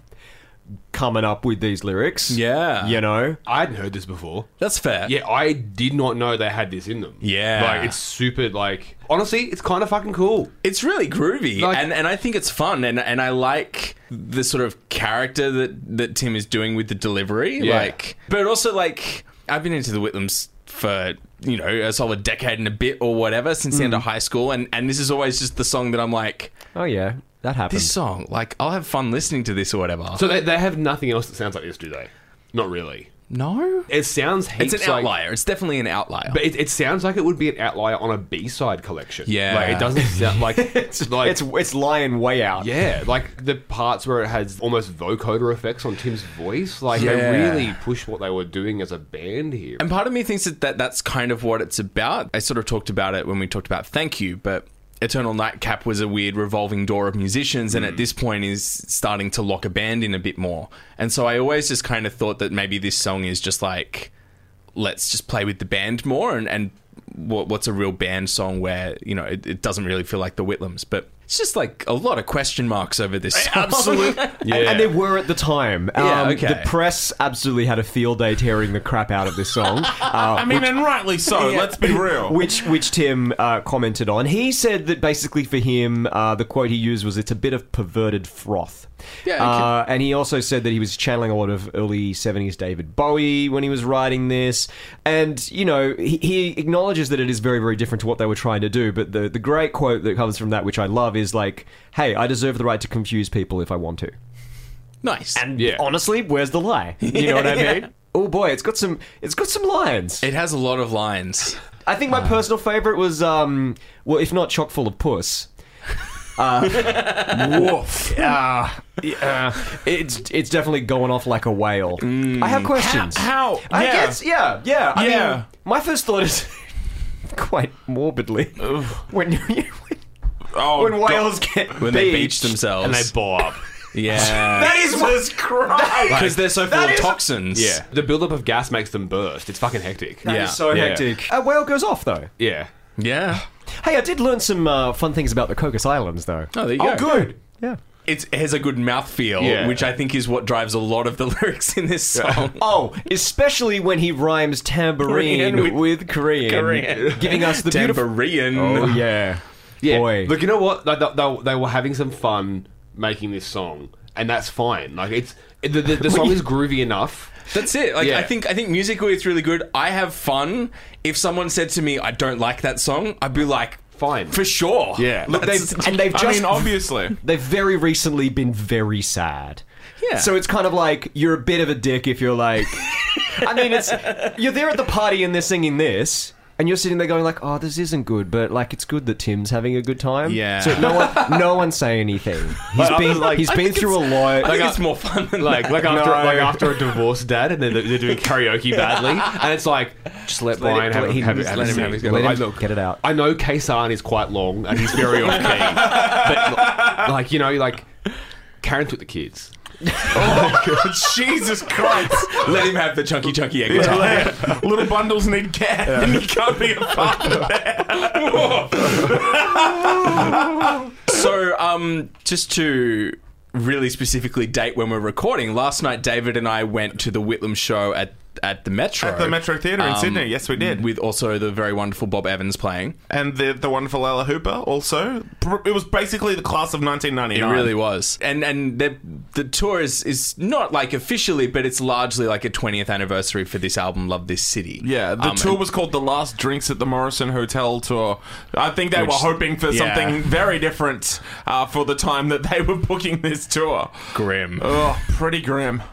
Speaker 1: coming up with these lyrics.
Speaker 2: Yeah.
Speaker 1: You know?
Speaker 3: I hadn't heard this before.
Speaker 2: That's fair.
Speaker 3: Yeah, I did not know they had this in them.
Speaker 2: Yeah.
Speaker 3: like it's super. Like honestly, it's kind of fucking cool.
Speaker 2: It's really groovy,
Speaker 3: Like-
Speaker 2: and, and I think it's fun, and, and I like the sort of character that, that Tim is doing with the delivery.
Speaker 3: Yeah.
Speaker 2: Like, but also like I've been into the Whitlams for you know a solid decade and a bit or whatever since the
Speaker 1: Hmm.
Speaker 2: end of high school, and and this is always just the song that I'm like
Speaker 1: Oh yeah. That happened.
Speaker 2: this song. Like I'll have fun listening to this or whatever.
Speaker 3: So they, they have nothing else that sounds like this, do they? Not really.
Speaker 2: No,
Speaker 3: It sounds heaps
Speaker 2: it's an
Speaker 3: like-
Speaker 2: outlier. It's definitely an outlier.
Speaker 3: But it, it sounds like it would be an outlier on a B side collection.
Speaker 2: Yeah.
Speaker 3: like it doesn't sound like
Speaker 1: It's,
Speaker 3: it's like
Speaker 1: it's it's lion way out.
Speaker 3: yeah, like the parts where it has almost vocoder effects on Tim's voice. Like
Speaker 2: Yeah.
Speaker 3: they really push what they were doing as a band here.
Speaker 2: And part of me thinks that, that that's kind of what it's about. I sort of talked about it when we talked about Thank You, but Eternal Nightcap was a weird revolving door of musicians, and at this point is starting to lock a band in a bit more. And so I always just kind of thought that maybe this song is just like, let's just play with the band more and, and what, what's a real band song where, you know, it, it doesn't really feel like the Whitlams. But it's just like a lot of question marks over this song.
Speaker 1: Absolutely. yeah. and, and they were at the time. Um,
Speaker 2: Yeah, okay.
Speaker 1: The press absolutely had a field day tearing the crap out of this song. Uh,
Speaker 4: I mean, and rightly so. Let's be real.
Speaker 1: Which which Tim uh, commented on. He said that basically for him, uh, the quote he used was "it's a bit of perverted froth."
Speaker 2: Yeah, okay.
Speaker 1: Uh, and he also said that he was channeling a lot of early '70s David Bowie when he was writing this, and you know he, he acknowledges that it is very very different to what they were trying to do. But the the great quote that comes from that, which I love, is like, "Hey, I deserve the right to confuse people if I want to."
Speaker 2: nice.
Speaker 1: And
Speaker 3: Yeah.
Speaker 1: honestly, where's the lie? You know what I mean? Oh boy, it's got some it's got some lines.
Speaker 2: it has a lot of lines.
Speaker 1: I think my
Speaker 2: Ah.
Speaker 1: personal favorite was, um, well, if not chock full of puss.
Speaker 2: Ah,
Speaker 1: Uh, woof. Yeah, uh, it's it's definitely going off like a whale.
Speaker 2: Mm.
Speaker 1: I have questions.
Speaker 4: How?
Speaker 1: I
Speaker 4: yeah.
Speaker 1: guess, yeah, yeah. I
Speaker 4: Yeah.
Speaker 1: mean, my first thought is quite morbidly when when,
Speaker 4: Oh,
Speaker 1: when
Speaker 4: God.
Speaker 1: whales get
Speaker 2: When they beach themselves.
Speaker 3: And they bow up.
Speaker 2: yeah.
Speaker 4: That is Jesus Christ.
Speaker 2: because they're so full
Speaker 1: that
Speaker 2: of
Speaker 1: is-
Speaker 2: toxins.
Speaker 3: yeah, the buildup of gas makes them burst. It's fucking hectic.
Speaker 1: That
Speaker 2: Yeah.
Speaker 1: is so
Speaker 3: Yeah.
Speaker 1: hectic. A whale goes off though.
Speaker 3: yeah.
Speaker 2: yeah.
Speaker 1: Hey, I did learn some uh, fun things about the Cocos Islands though.
Speaker 2: Oh, there you go.
Speaker 4: oh, good.
Speaker 1: Yeah.
Speaker 2: It's, it has a good mouthfeel,
Speaker 3: Yeah.
Speaker 2: which I think is what drives a lot of the lyrics in this song.
Speaker 1: Oh, especially when he rhymes tambourine
Speaker 2: Korean with-
Speaker 1: with, Korean,
Speaker 2: Korean.
Speaker 1: giving us the beautiful.
Speaker 2: Tambourine.
Speaker 1: Oh yeah,
Speaker 3: Yeah.
Speaker 1: Boy.
Speaker 3: Look, you know what? Like, they, they, they were having some fun making this song, and that's fine. Like it's the, the, the song is groovy enough.
Speaker 2: That's it. Like
Speaker 3: Yeah.
Speaker 2: I think I think musically it's really good. I have fun. If someone said to me, "I don't like that song," I'd be like,
Speaker 3: Fine.
Speaker 2: for sure."
Speaker 3: Yeah.
Speaker 2: Look,
Speaker 1: They've-
Speaker 2: that's-
Speaker 1: and they've
Speaker 4: I
Speaker 1: just
Speaker 4: mean, obviously.
Speaker 1: they've very recently been very sad.
Speaker 2: Yeah.
Speaker 1: So it's kind of like you're a bit of a dick if you're like. I mean, it's you're there at the party and they're singing this. And you're sitting there going like, "Oh, this isn't good," but like, it's good that Tim's having a good time.
Speaker 2: Yeah.
Speaker 1: So no one, no one say anything. He's been, he's been through a lot.
Speaker 2: I think it's more fun than
Speaker 3: Like like after
Speaker 1: No.
Speaker 3: like after a divorce, dad, and they're, they're doing karaoke badly, and it's like just let
Speaker 1: Let it-
Speaker 3: Brian have,
Speaker 1: let
Speaker 3: a-
Speaker 1: him-
Speaker 3: have,
Speaker 1: let
Speaker 3: have,
Speaker 1: him
Speaker 3: a
Speaker 1: have his-
Speaker 3: sing.
Speaker 1: let
Speaker 3: I,
Speaker 1: him
Speaker 3: look,
Speaker 1: get it out.
Speaker 3: I know Kaysan is quite long and he's very off key, but like you know, like Karen took the kids.
Speaker 4: Jesus Christ.
Speaker 2: let him have the chunky chunky egg guitar.
Speaker 4: Little bundles need gas, and you can't be a part of
Speaker 2: So, um, just to really specifically date when we're recording, last night David and I went to the Whitlam show at at the Metro. Um,
Speaker 4: At the Metro Theatre in Sydney, yes, we did.
Speaker 2: With also the very wonderful Bob Evans playing.
Speaker 4: And the, the wonderful Ella Hooper also. Pr- It was basically the class of
Speaker 2: It
Speaker 4: 1999.
Speaker 2: really was. And and the the tour is, is not like officially, but it's largely like a 20th anniversary for this album, Love This City.
Speaker 4: Yeah, the
Speaker 2: Um,
Speaker 4: tour
Speaker 2: and-
Speaker 4: was called The Last Drinks at the Morrison Hotel Tour. I think they
Speaker 2: Which-
Speaker 4: were hoping for
Speaker 2: yeah.
Speaker 4: something very different uh, for the time that they were booking this tour.
Speaker 2: Grim.
Speaker 4: Oh, pretty grim.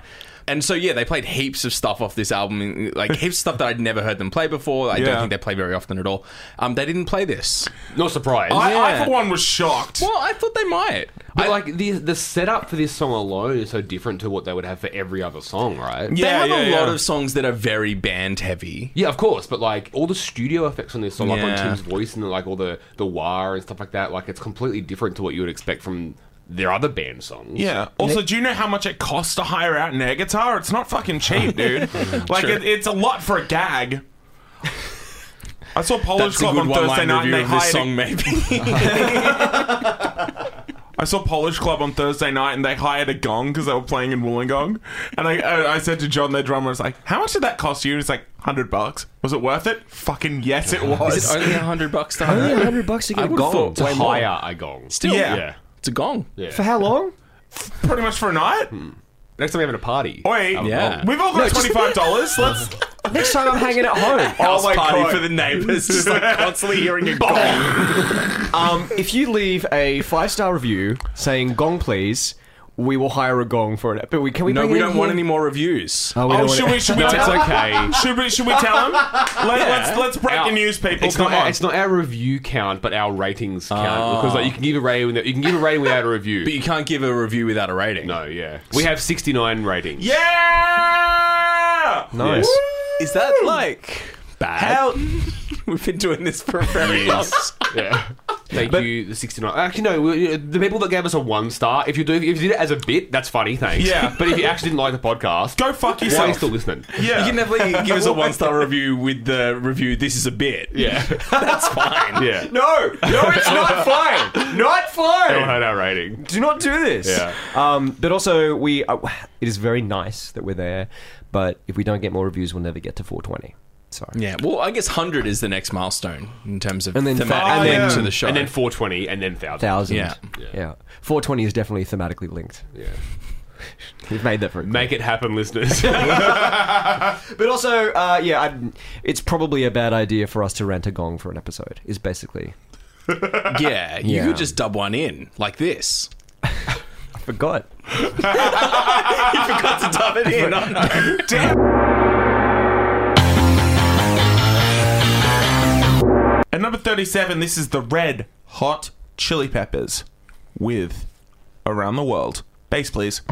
Speaker 2: And so yeah, they played heaps of stuff off this album, like heaps of stuff that I'd never heard them play before. I don't
Speaker 4: Yeah.
Speaker 2: think they play very often at all. Um, they didn't play this.
Speaker 3: Not surprised.
Speaker 4: I,
Speaker 2: Yeah.
Speaker 4: I, for one, was shocked.
Speaker 2: Well, I thought they might.
Speaker 3: But like the the setup for this song alone is so different to what they would have for every other song, right?
Speaker 2: They
Speaker 4: Yeah,
Speaker 2: have a
Speaker 4: yeah,
Speaker 2: lot
Speaker 4: yeah.
Speaker 2: of songs that are very band heavy.
Speaker 3: Yeah, of course, but like all the studio effects on this song, like
Speaker 2: Yeah.
Speaker 3: on Tim's voice and like all the the wire and stuff like that, like it's completely different to what you would expect from their other band songs.
Speaker 4: Yeah. Also, do you know how much it costs to hire out an air guitar? It's not fucking cheap, dude. like, it, it's a lot for a gag. I saw Polish
Speaker 2: That's a
Speaker 4: Club
Speaker 2: good
Speaker 4: on Thursday
Speaker 2: one-line
Speaker 4: night,
Speaker 2: review
Speaker 4: and they
Speaker 2: of this
Speaker 4: hired.
Speaker 2: song,
Speaker 4: A,
Speaker 2: maybe.
Speaker 4: I saw Polish Club on Thursday night, and they hired a gong because they were playing in Wollongong. And I, I, I said to John, their drummer, I was like, "How much did that cost you?" He's like, 100 bucks." Was it worth it? Fucking yes, it was.
Speaker 2: it's only hundred bucks to
Speaker 1: Only
Speaker 2: hire.
Speaker 1: hundred bucks to get
Speaker 2: I
Speaker 1: a
Speaker 2: would've
Speaker 1: gong.
Speaker 2: thought-
Speaker 3: to
Speaker 2: Way more.
Speaker 3: hire a gong.
Speaker 2: Still,
Speaker 4: Yeah.
Speaker 3: Yeah.
Speaker 2: it's a gong.
Speaker 1: For how long?
Speaker 4: Pretty much for a night.
Speaker 2: Hmm.
Speaker 3: Next time we're having a party.
Speaker 4: Wait,
Speaker 2: Yeah.
Speaker 4: we've all got twenty-five dollars. Let's.
Speaker 1: Next time I'm hanging at home. Oh
Speaker 2: House party
Speaker 4: God.
Speaker 2: for the neighbors, just like constantly hearing a
Speaker 4: Oh,
Speaker 2: gong.
Speaker 1: Um, if you leave a five star review saying gong please, we will hire a gong for it. But we can we
Speaker 2: No,
Speaker 1: bring
Speaker 2: we
Speaker 1: it
Speaker 2: don't
Speaker 1: in
Speaker 2: want
Speaker 1: here?
Speaker 2: any more reviews.
Speaker 1: Oh, we
Speaker 4: Oh,
Speaker 1: don't
Speaker 4: should
Speaker 1: want
Speaker 4: we?
Speaker 1: it.
Speaker 4: Should we?
Speaker 5: No, it's
Speaker 4: tell
Speaker 5: okay.
Speaker 4: Should we? Should we tell him? Let, Let's let's break
Speaker 5: Our-
Speaker 4: the news, people.
Speaker 5: It's
Speaker 4: Come
Speaker 5: not, our,
Speaker 4: on.
Speaker 5: it's not our review count, but our ratings count because like you can give a rating, without, you can give a rating without a review.
Speaker 2: But you can't give a review without a rating.
Speaker 5: no, yeah, we have sixty nine ratings.
Speaker 4: yeah.
Speaker 1: nice.
Speaker 2: Is that like bad?
Speaker 4: How-
Speaker 2: We've been doing this for very long.
Speaker 5: Yeah. Thank you, the 69. Actually, no, we- uh, the people that gave us a one star, if you, do, if you did it as a bit, that's funny, thanks.
Speaker 4: Yeah.
Speaker 5: But if you actually didn't like the podcast,
Speaker 4: Go fuck
Speaker 5: why are you
Speaker 4: yourself.
Speaker 5: still listening?
Speaker 4: yeah.
Speaker 2: You can definitely give us a one star review with the review. This is a bit.
Speaker 5: Yeah.
Speaker 2: That's fine.
Speaker 5: Yeah.
Speaker 1: No, no, it's not fine. Not
Speaker 5: Don't
Speaker 1: fine.
Speaker 5: hurt our rating.
Speaker 1: Do not do this.
Speaker 5: Yeah.
Speaker 1: Um, but also, we uh, it is very nice that we're there, but if we don't get more reviews, we'll never get to 420. Sorry.
Speaker 2: Yeah. Well, I guess 100 is the next milestone in terms of
Speaker 1: And then
Speaker 2: thematic
Speaker 1: five-
Speaker 2: link
Speaker 1: and then-
Speaker 2: to the show.
Speaker 5: And then 420 and then 1,000.
Speaker 1: Thousand.
Speaker 2: Yeah.
Speaker 1: yeah. 420 is definitely thematically linked.
Speaker 5: Yeah.
Speaker 1: We've made that for
Speaker 5: Make it happen, listeners.
Speaker 1: But also, uh, yeah, I'd, it's probably a bad idea for us to rent a gong for an episode. Is basically
Speaker 2: yeah, you
Speaker 1: Yeah.
Speaker 2: could just dub one in like this.
Speaker 1: I forgot.
Speaker 2: Forgot to dub it in. Oh, no.
Speaker 4: At number 37, this is the Red Hot Chili Peppers with Around the World. Bass, please.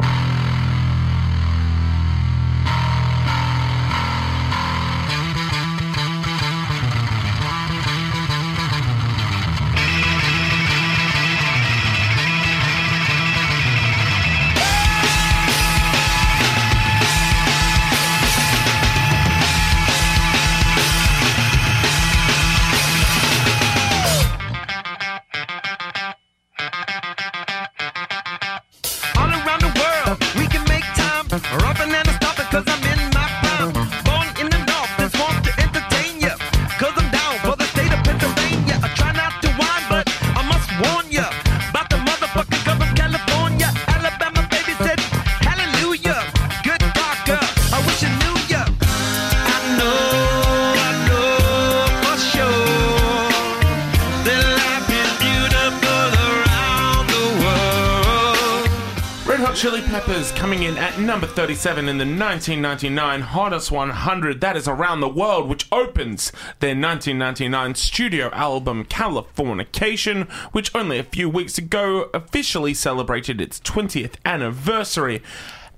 Speaker 8: All around the world, we can make time. Or up and then I stop it cause I'm in my prime. Born in the north, just want to entertain ya. Cause I'm down for the state of Pennsylvania. I try not to whine, but I must warn ya. About the motherfucking come from California. Alabama baby said, hallelujah. Good doctor, I wish I knew ya. I know, I know for sure. That life is beautiful around the world.
Speaker 4: Red Hot Chili Peppers coming in at number 37 in the 1999 Hottest 100, that is Around the World, which opens their 1999 studio album Californication, which only a few weeks ago officially celebrated its 20th anniversary.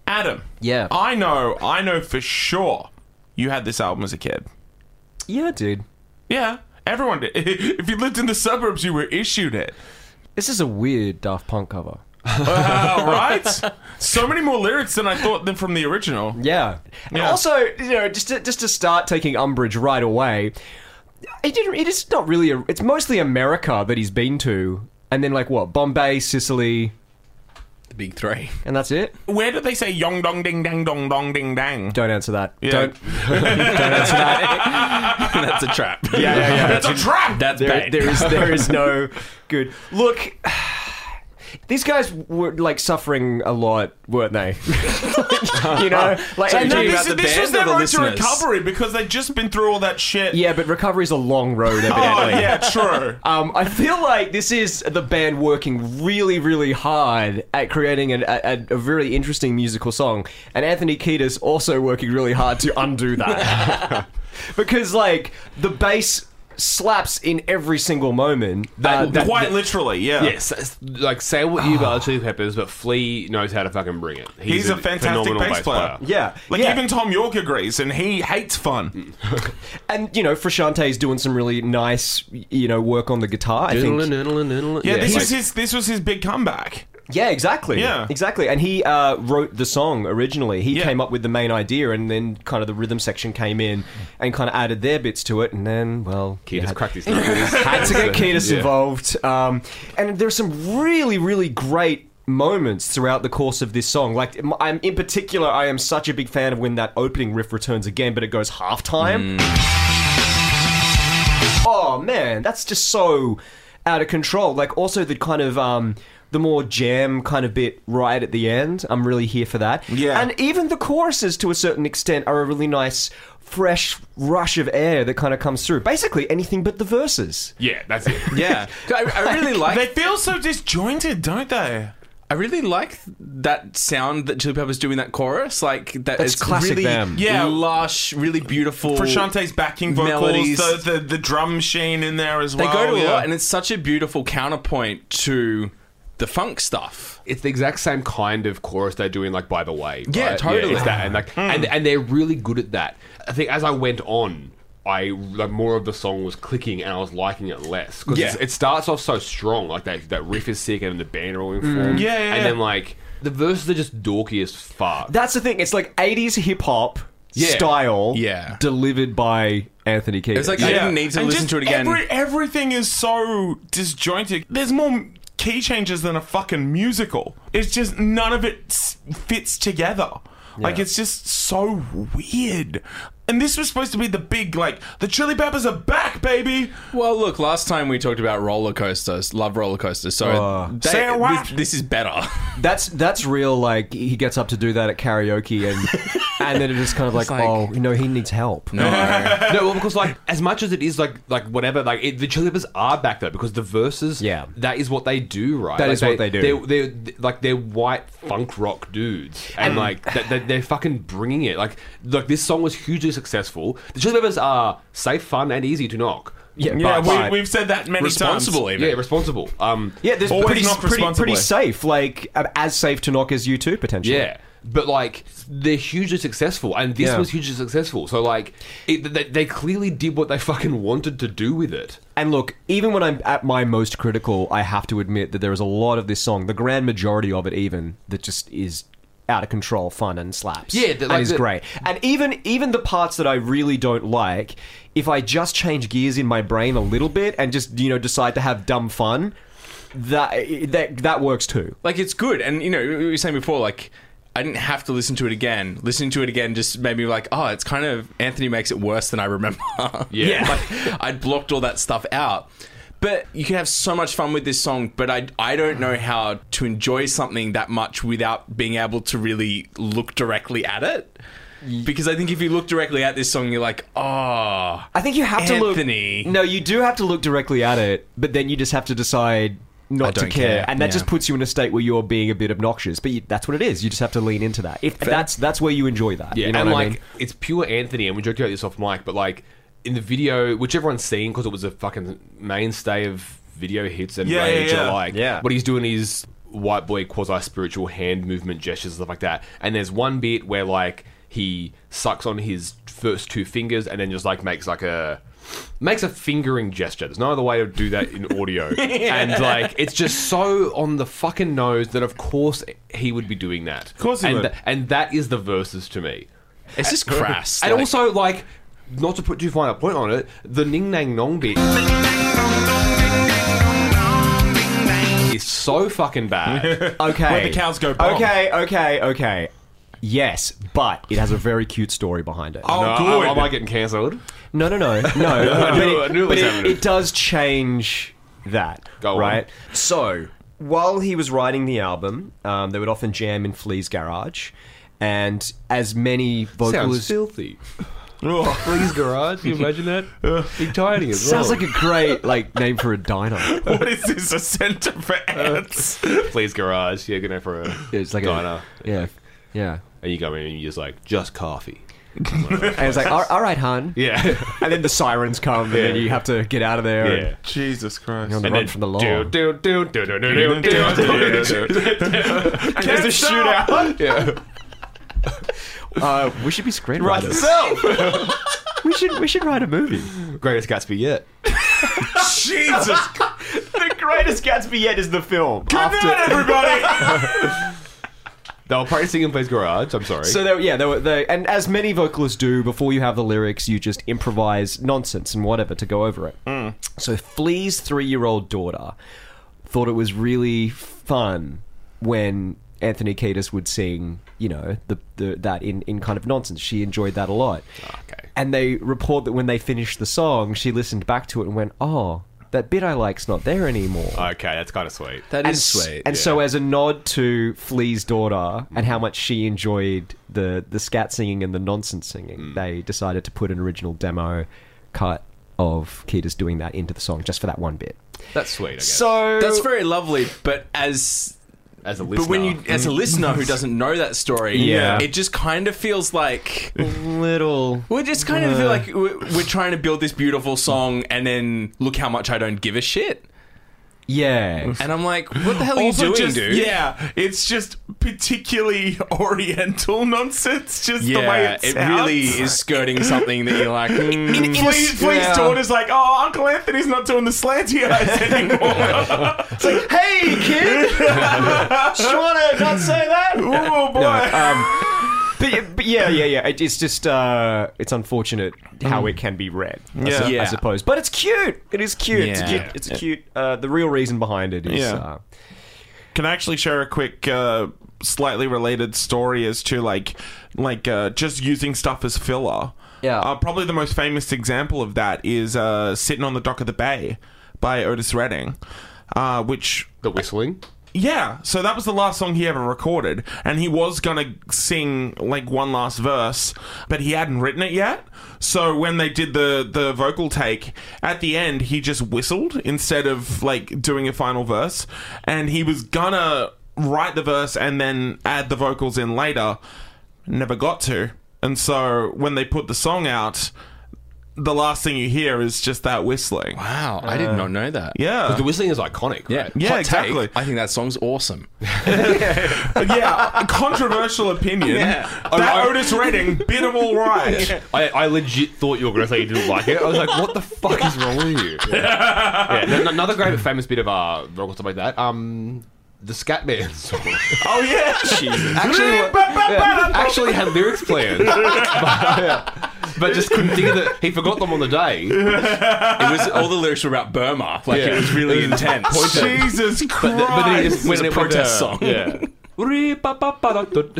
Speaker 4: Adam.
Speaker 1: Yeah.
Speaker 4: I know, I know for sure you had this album as a kid.
Speaker 1: Yeah, dude.
Speaker 4: Yeah, everyone did. If you lived in the suburbs, you were issued it.
Speaker 1: This is a weird Daft Punk cover.
Speaker 4: Uh, right? So many more lyrics than I thought than from the original.
Speaker 1: Yeah. And
Speaker 4: Yeah.
Speaker 1: also, you know, just to, just to start taking umbrage right away, it didn't. It is not really. A, it's mostly America that he's been to, and then like what Bombay, Sicily,
Speaker 2: The big three.
Speaker 1: and that's it.
Speaker 4: Where do they say yong dong ding dang dong dong ding dang?
Speaker 1: Don't answer that.
Speaker 4: Yeah.
Speaker 1: Don't.
Speaker 2: That's a trap.
Speaker 1: Yeah, yeah, yeah.
Speaker 4: That's a trap.
Speaker 2: That's
Speaker 1: There,
Speaker 2: bad.
Speaker 1: there is there is no good look. These guys were like suffering a lot, weren't they? you know, like
Speaker 2: So
Speaker 1: and
Speaker 2: you're
Speaker 1: that-
Speaker 2: talking about
Speaker 4: this
Speaker 2: the band or
Speaker 4: this was their
Speaker 2: the
Speaker 4: road to
Speaker 2: listeners?
Speaker 4: recovery because they'd just been through all that shit.
Speaker 1: yeah, but recovery is a long road,
Speaker 4: Oh
Speaker 1: evidently.
Speaker 4: yeah, true.
Speaker 1: Um, I feel like this is the band working really, really hard at creating an, a, a, a really interesting musical song, and Anthony Kiedis also working really hard to undo that because, like, the bass slaps in every single moment. Uh, that-
Speaker 4: Quite literally, yeah.
Speaker 5: yes. that's- Like, say what you about Chili Peppers, but Flea knows how to fucking bring it.
Speaker 4: He's a fantastic
Speaker 5: phenomenal
Speaker 4: bass player.
Speaker 1: yeah,
Speaker 4: Like
Speaker 1: yeah.
Speaker 4: even Tom York agrees, and he hates fun.
Speaker 1: and you know, Frusciante's doing some really nice, you know, work on the guitar. I think
Speaker 4: Yeah, this
Speaker 1: he's-
Speaker 4: was his this was his big comeback.
Speaker 1: Yeah, exactly.
Speaker 4: Yeah.
Speaker 1: exactly. And he uh, wrote the song originally. He
Speaker 4: Yeah.
Speaker 1: came up with the main idea, and then kind of the rhythm section came in and kind of added their bits to it. And then, well,
Speaker 5: He
Speaker 1: you
Speaker 5: just
Speaker 1: had,
Speaker 5: cracked his knuckles.
Speaker 1: had to get Kiedis
Speaker 5: Yeah.
Speaker 1: involved. Um, and there's some really, really great moments throughout the course of this song. Like, m- I'm in particular, I am such a big fan of when that opening riff returns again, but it goes
Speaker 5: Mm.
Speaker 1: halftime. Oh man, that's just so out of control. Like, also the kind of um, the more jam kind of bit right at the end. I'm really here for that.
Speaker 4: Yeah.
Speaker 1: and even the choruses to a certain extent are a really nice. Fresh rush of air that kind of comes through. Basically, anything but the verses.
Speaker 5: Yeah, that's it.
Speaker 2: Yeah. I, I really like
Speaker 4: They feel so disjointed, don't they?
Speaker 2: I really like that sound that Chili Peppers do in that chorus. Like that,
Speaker 1: That's
Speaker 2: it's
Speaker 1: classic
Speaker 2: really
Speaker 1: them.
Speaker 4: Yeah.
Speaker 2: lush, really beautiful.
Speaker 4: Prashante's backing vocals,
Speaker 2: melodies.
Speaker 4: the, the the drum machine in there as
Speaker 2: They
Speaker 4: well.
Speaker 2: go to
Speaker 4: yeah.
Speaker 2: a lot, and it's such a beautiful counterpoint to the funk stuff.
Speaker 3: it's the exact same kind of chorus they do in like by the way
Speaker 2: Yeah,
Speaker 3: right?
Speaker 2: totally.
Speaker 3: it's that and
Speaker 4: Hmm.
Speaker 3: like and, and they're really good at that i think as i went on I like more of the song was clicking and I was liking it less because
Speaker 2: Yeah.
Speaker 3: it starts off so strong like that that riff is sick and the band are all in form
Speaker 4: Mm. Yeah, yeah,
Speaker 3: and
Speaker 4: yeah.
Speaker 3: then like the verses are just dorky as fuck
Speaker 1: That's the thing. It's like 80s hip hop
Speaker 3: Yeah.
Speaker 1: style
Speaker 2: Yeah.
Speaker 1: delivered by Anthony Kiedis.
Speaker 2: It's like I didn't need to
Speaker 4: And
Speaker 2: listen
Speaker 4: just
Speaker 2: to it again.
Speaker 4: every- everything is so disjointed. There's more key changes than a fucking musical. It's just none of it s- fits together. Like it's just so weird. And this was supposed to be the big like the Chili Peppers are back, baby.
Speaker 2: Well, look, last time we talked about roller coasters, love roller coasters. So
Speaker 1: Uh,
Speaker 2: they-
Speaker 4: Say what?
Speaker 2: This, this is better.
Speaker 1: That's that's real. Like he gets up to do that at karaoke, and and then it is kind of like,
Speaker 2: like-
Speaker 1: oh, you know, he needs help.
Speaker 2: No.
Speaker 3: no, well, because like as much as it is like like whatever, like it, the Chili Peppers are back though because the verses,
Speaker 1: Yeah.
Speaker 3: that is what they do, right?
Speaker 1: That
Speaker 3: That
Speaker 1: is
Speaker 3: is
Speaker 1: what they do.
Speaker 3: They're, they're like they're white funk rock dudes, and, like that, that they're fucking bringing it. Like like this song was hugely successful. The Chili Peppers are safe, fun, and easy to knock.
Speaker 1: Yeah,
Speaker 4: Yeah,
Speaker 1: but- but-
Speaker 4: we, we've said that many
Speaker 2: Responsible,
Speaker 4: times.
Speaker 2: even.
Speaker 3: Yeah, responsible. Um,
Speaker 1: yeah, this
Speaker 4: Always
Speaker 1: pretty,
Speaker 4: knock
Speaker 1: pretty pretty
Speaker 4: responsibly.
Speaker 1: safe. Like uh, as safe to knock as you two potentially.
Speaker 3: Yeah, but like they're hugely successful, and this
Speaker 1: Yeah.
Speaker 3: was hugely successful. So like, it, they, they clearly did what they fucking wanted to do with it.
Speaker 1: And look, even when I'm at my most critical, I have to admit that there is a lot of this song, the grand majority of it, even that just is out of control, fun and slaps.
Speaker 3: Yeah, that,
Speaker 1: that is
Speaker 3: like, the-
Speaker 1: great. And even even the parts that I really don't like, if I just change gears in my brain a little bit and just you know decide to have dumb fun, that that that works too.
Speaker 2: like it's good, and you know we were saying before, like I didn't have to listen to it again. Listening to it again just made me like, oh, it's kind of Anthony makes it worse than I remember.
Speaker 3: Yeah.
Speaker 2: like I'd blocked all that stuff out. But you can have so much fun with this song, but I, I don't know how to enjoy something that much without being able to really look directly at it. Because I think if you look directly at this song, you're like, oh,
Speaker 1: I think you have
Speaker 2: Anthony.
Speaker 1: to look. No, you do have to look directly at it, but then you just have to decide not to
Speaker 2: don't
Speaker 1: care,
Speaker 2: care,
Speaker 1: and that
Speaker 2: yeah.
Speaker 1: just puts you in a state where you're being a bit obnoxious. But you, that's what it is. You just have to lean into that. If that's that's where you enjoy that.
Speaker 3: Yeah,
Speaker 1: you know
Speaker 3: and
Speaker 1: what
Speaker 3: like
Speaker 1: I mean?
Speaker 3: it's pure Anthony, and we joked about this off mic, but like in the video, which everyone's seen because it was a fucking mainstay of video hits and
Speaker 4: Yeah,
Speaker 3: rage
Speaker 4: yeah,
Speaker 3: and
Speaker 4: yeah.
Speaker 3: like.
Speaker 1: Yeah.
Speaker 3: What he's doing is white boy quasi spiritual hand movement gestures stuff like that. And there's one bit where like he sucks on his first two fingers and then just like makes like a makes a fingering gesture. There's no other way to do that in audio. And like it's just so on the fucking nose that of course he would be doing that. Of
Speaker 4: course he
Speaker 3: and
Speaker 4: would.
Speaker 3: tha- and that is the verses to me.
Speaker 2: it's just crass.
Speaker 3: And
Speaker 2: Like-
Speaker 3: also, like, not to put too fine a point on it, the Ning Nang Nong bit is so fucking bad.
Speaker 1: okay,
Speaker 4: Where the cows go bong.
Speaker 1: Okay, okay, okay. Yes, but it has a very cute story behind it.
Speaker 4: Oh,
Speaker 3: No,
Speaker 4: good.
Speaker 3: I, am I getting cancelled?
Speaker 1: No, no, no, no.
Speaker 3: I knew-
Speaker 1: but it,
Speaker 3: I knew it
Speaker 1: but
Speaker 3: was
Speaker 1: it,
Speaker 3: happening.
Speaker 1: it does change that,
Speaker 3: Go on.
Speaker 1: right? So while he was writing the album, um, they would often jam in Flea's garage, and as many vocalists.
Speaker 3: filthy.
Speaker 4: Ugh.
Speaker 3: Please, garage. Can you imagine that? Big tiny as
Speaker 1: Sounds
Speaker 3: well.
Speaker 1: like a great like name for a diner.
Speaker 4: what is this? A center for
Speaker 3: Uh,
Speaker 4: ants?
Speaker 3: please, garage. Yeah, good name for a
Speaker 1: It's like
Speaker 3: diner.
Speaker 1: a yeah, yeah.
Speaker 3: and you go in and you're just like, just coffee.
Speaker 1: And it's like, all, all right, hon.
Speaker 3: Yeah.
Speaker 1: And then the sirens come, and then you have to get out of there. and-
Speaker 3: yeah.
Speaker 4: Jesus Christ.
Speaker 1: on the run
Speaker 3: And then
Speaker 1: from the law.
Speaker 3: Do, do, do, do, do, do, do, do, do, do.
Speaker 4: There's a shootout.
Speaker 1: Uh, we should be screenwriters. we should we should write a movie.
Speaker 3: Greatest Gatsby yet.
Speaker 4: Jesus.
Speaker 1: the greatest Gatsby yet is the film.
Speaker 4: Good night, everybody.
Speaker 3: They were practicing in Please Garage. I'm sorry.
Speaker 1: So there, yeah, there were they, and as many vocalists do before you have the lyrics, you just improvise nonsense and whatever to go over it.
Speaker 3: Hmm.
Speaker 1: So Flea's three-year-old daughter thought it was really fun when Anthony Kiedis would sing, you know, the, the that in in kind of nonsense. She enjoyed that a lot.
Speaker 3: Ah, okay.
Speaker 1: And they report that when they finished the song, she listened back to it and went, "Oh, that bit I like's not there anymore."
Speaker 3: Okay, that's kind of sweet.
Speaker 2: that
Speaker 1: and
Speaker 2: is
Speaker 1: s-
Speaker 2: sweet.
Speaker 1: And so, as a nod to Flea's daughter and how much she enjoyed the the scat singing and the nonsense singing,
Speaker 2: Mm.
Speaker 1: they decided to put an original demo cut of Kiedis doing that into the song just for that one bit.
Speaker 3: That's sweet. I guess.
Speaker 1: So
Speaker 2: That's very lovely, but as
Speaker 3: as a listener.
Speaker 2: But when you, as a listener who doesn't know that story,
Speaker 1: Yeah.
Speaker 2: it just kind of feels like
Speaker 1: Little.
Speaker 2: we just kind of feel like we're, we're trying to build this beautiful song, and then look how much I don't give a shit.
Speaker 1: Yeah.
Speaker 2: And I'm like, what the hell are
Speaker 4: Also
Speaker 2: you doing,
Speaker 4: just-
Speaker 2: dude?
Speaker 4: Yeah, it's just particularly Oriental nonsense. Just the way
Speaker 2: Yeah,
Speaker 4: it,
Speaker 2: it
Speaker 4: sounds.
Speaker 2: really is skirting something that you're like. mm,
Speaker 4: Please, please,
Speaker 1: yeah.
Speaker 4: daughter's like, oh, Uncle Anthony's not doing the slanty eyes anymore.
Speaker 1: Hey, kid! Shauna, not say that!
Speaker 4: oh boy.
Speaker 1: Um, but, y- but yeah, yeah, yeah. It, it's just, uh, it's unfortunate how it can be read, I, su-
Speaker 2: Yeah.
Speaker 1: I suppose. But it's cute! It is cute. It's
Speaker 2: Yeah.
Speaker 1: cute. It's cute. Uh, the real reason behind it is.
Speaker 4: Yeah.
Speaker 1: Uh,
Speaker 4: Can I actually share a quick, uh, slightly related story as to like, like uh, just using stuff as filler?
Speaker 1: Yeah.
Speaker 4: Uh, probably the most famous example of that is uh, "Sitting on the Dock of the Bay" by Otis Redding, uh, which
Speaker 3: the whistling.
Speaker 4: yeah, so that was the last song he ever recorded, and he was gonna sing like one last verse, but he hadn't written it yet. So when they did the the vocal take at the end, he just whistled instead of like doing a final verse, and he was gonna write the verse and then add the vocals in later. Never got to, and so when they put the song out, the last thing you hear is just that whistling.
Speaker 2: wow, I did not know that.
Speaker 4: Yeah,
Speaker 3: The whistling is iconic.
Speaker 2: Yeah,
Speaker 3: right?
Speaker 4: Yeah,
Speaker 2: Hot take,
Speaker 4: exactly.
Speaker 2: I think that song's awesome.
Speaker 4: yeah, controversial opinion. That Otis Redding bit of all right.
Speaker 3: I, I legit thought you were going to say you didn't like it. I was like, what the fuck is wrong with you? Yeah. Yeah, n- another great famous bit of uh, rock or stuff like that. Um, the Scatman song
Speaker 4: Oh yeah,
Speaker 3: actually, yeah, actually had lyrics planned, but, yeah, but just couldn't think of it. He forgot them on the day.
Speaker 2: It was all the lyrics were about Burma. Like it
Speaker 3: Yeah.
Speaker 2: was really intense.
Speaker 4: Jesus Christ!
Speaker 3: But then he just
Speaker 2: It's
Speaker 3: went
Speaker 2: a
Speaker 3: with the-
Speaker 2: protest song.
Speaker 3: Yeah. It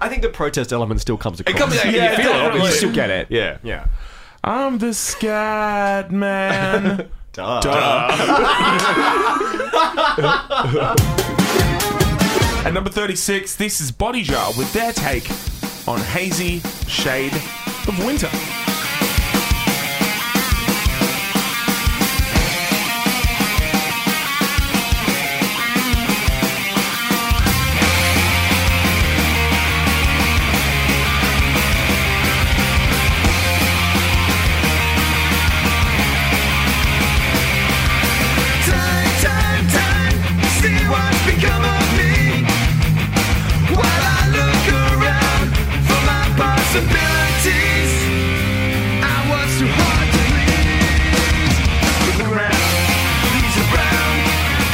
Speaker 1: I think the protest element still comes across.
Speaker 3: comes out,
Speaker 4: Yeah,
Speaker 3: you feel it,
Speaker 1: you
Speaker 3: obviously.
Speaker 1: still get it.
Speaker 3: Yeah.
Speaker 1: Yeah.
Speaker 4: I'm the scat man.
Speaker 1: Duh.
Speaker 4: At number thirty-six, this is Body Jar with their take on hazy shade of winter.
Speaker 8: Time, time, time, see what's become of me. While I look around for my possibilities, I was too hard to please. Look around, these around,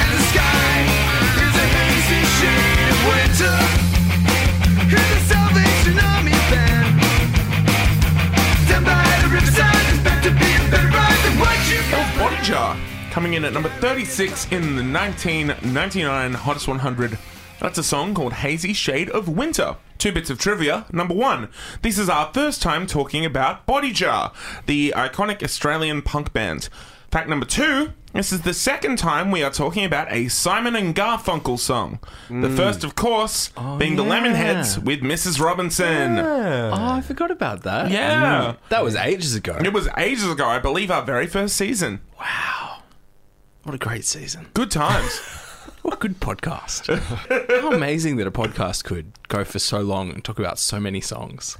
Speaker 8: and the sky is a hazy shade of winter. Hear the Salvation Army band. Down by the riverside, it's back to being better right than what you
Speaker 4: Of Body Jar coming in at number thirty-six in the nineteen ninety-nine hottest one hundred. That's a song called Hazy Shade of Winter. Two bits of trivia. Number one, this is our first time talking about Body Jar, the iconic Australian punk band. Fact number two, this is the second time we are talking about a Simon and Garfunkel song. The first, of course, being the Lemonheads with Mrs. Robinson.
Speaker 2: Oh, I forgot about that. Mm.
Speaker 4: Yeah.
Speaker 2: That was ages ago.
Speaker 4: It was ages ago, I believe, our very first season.
Speaker 2: What a great season.
Speaker 4: Good times.
Speaker 2: What a good podcast. How amazing that a podcast could go for so long and talk about so many songs.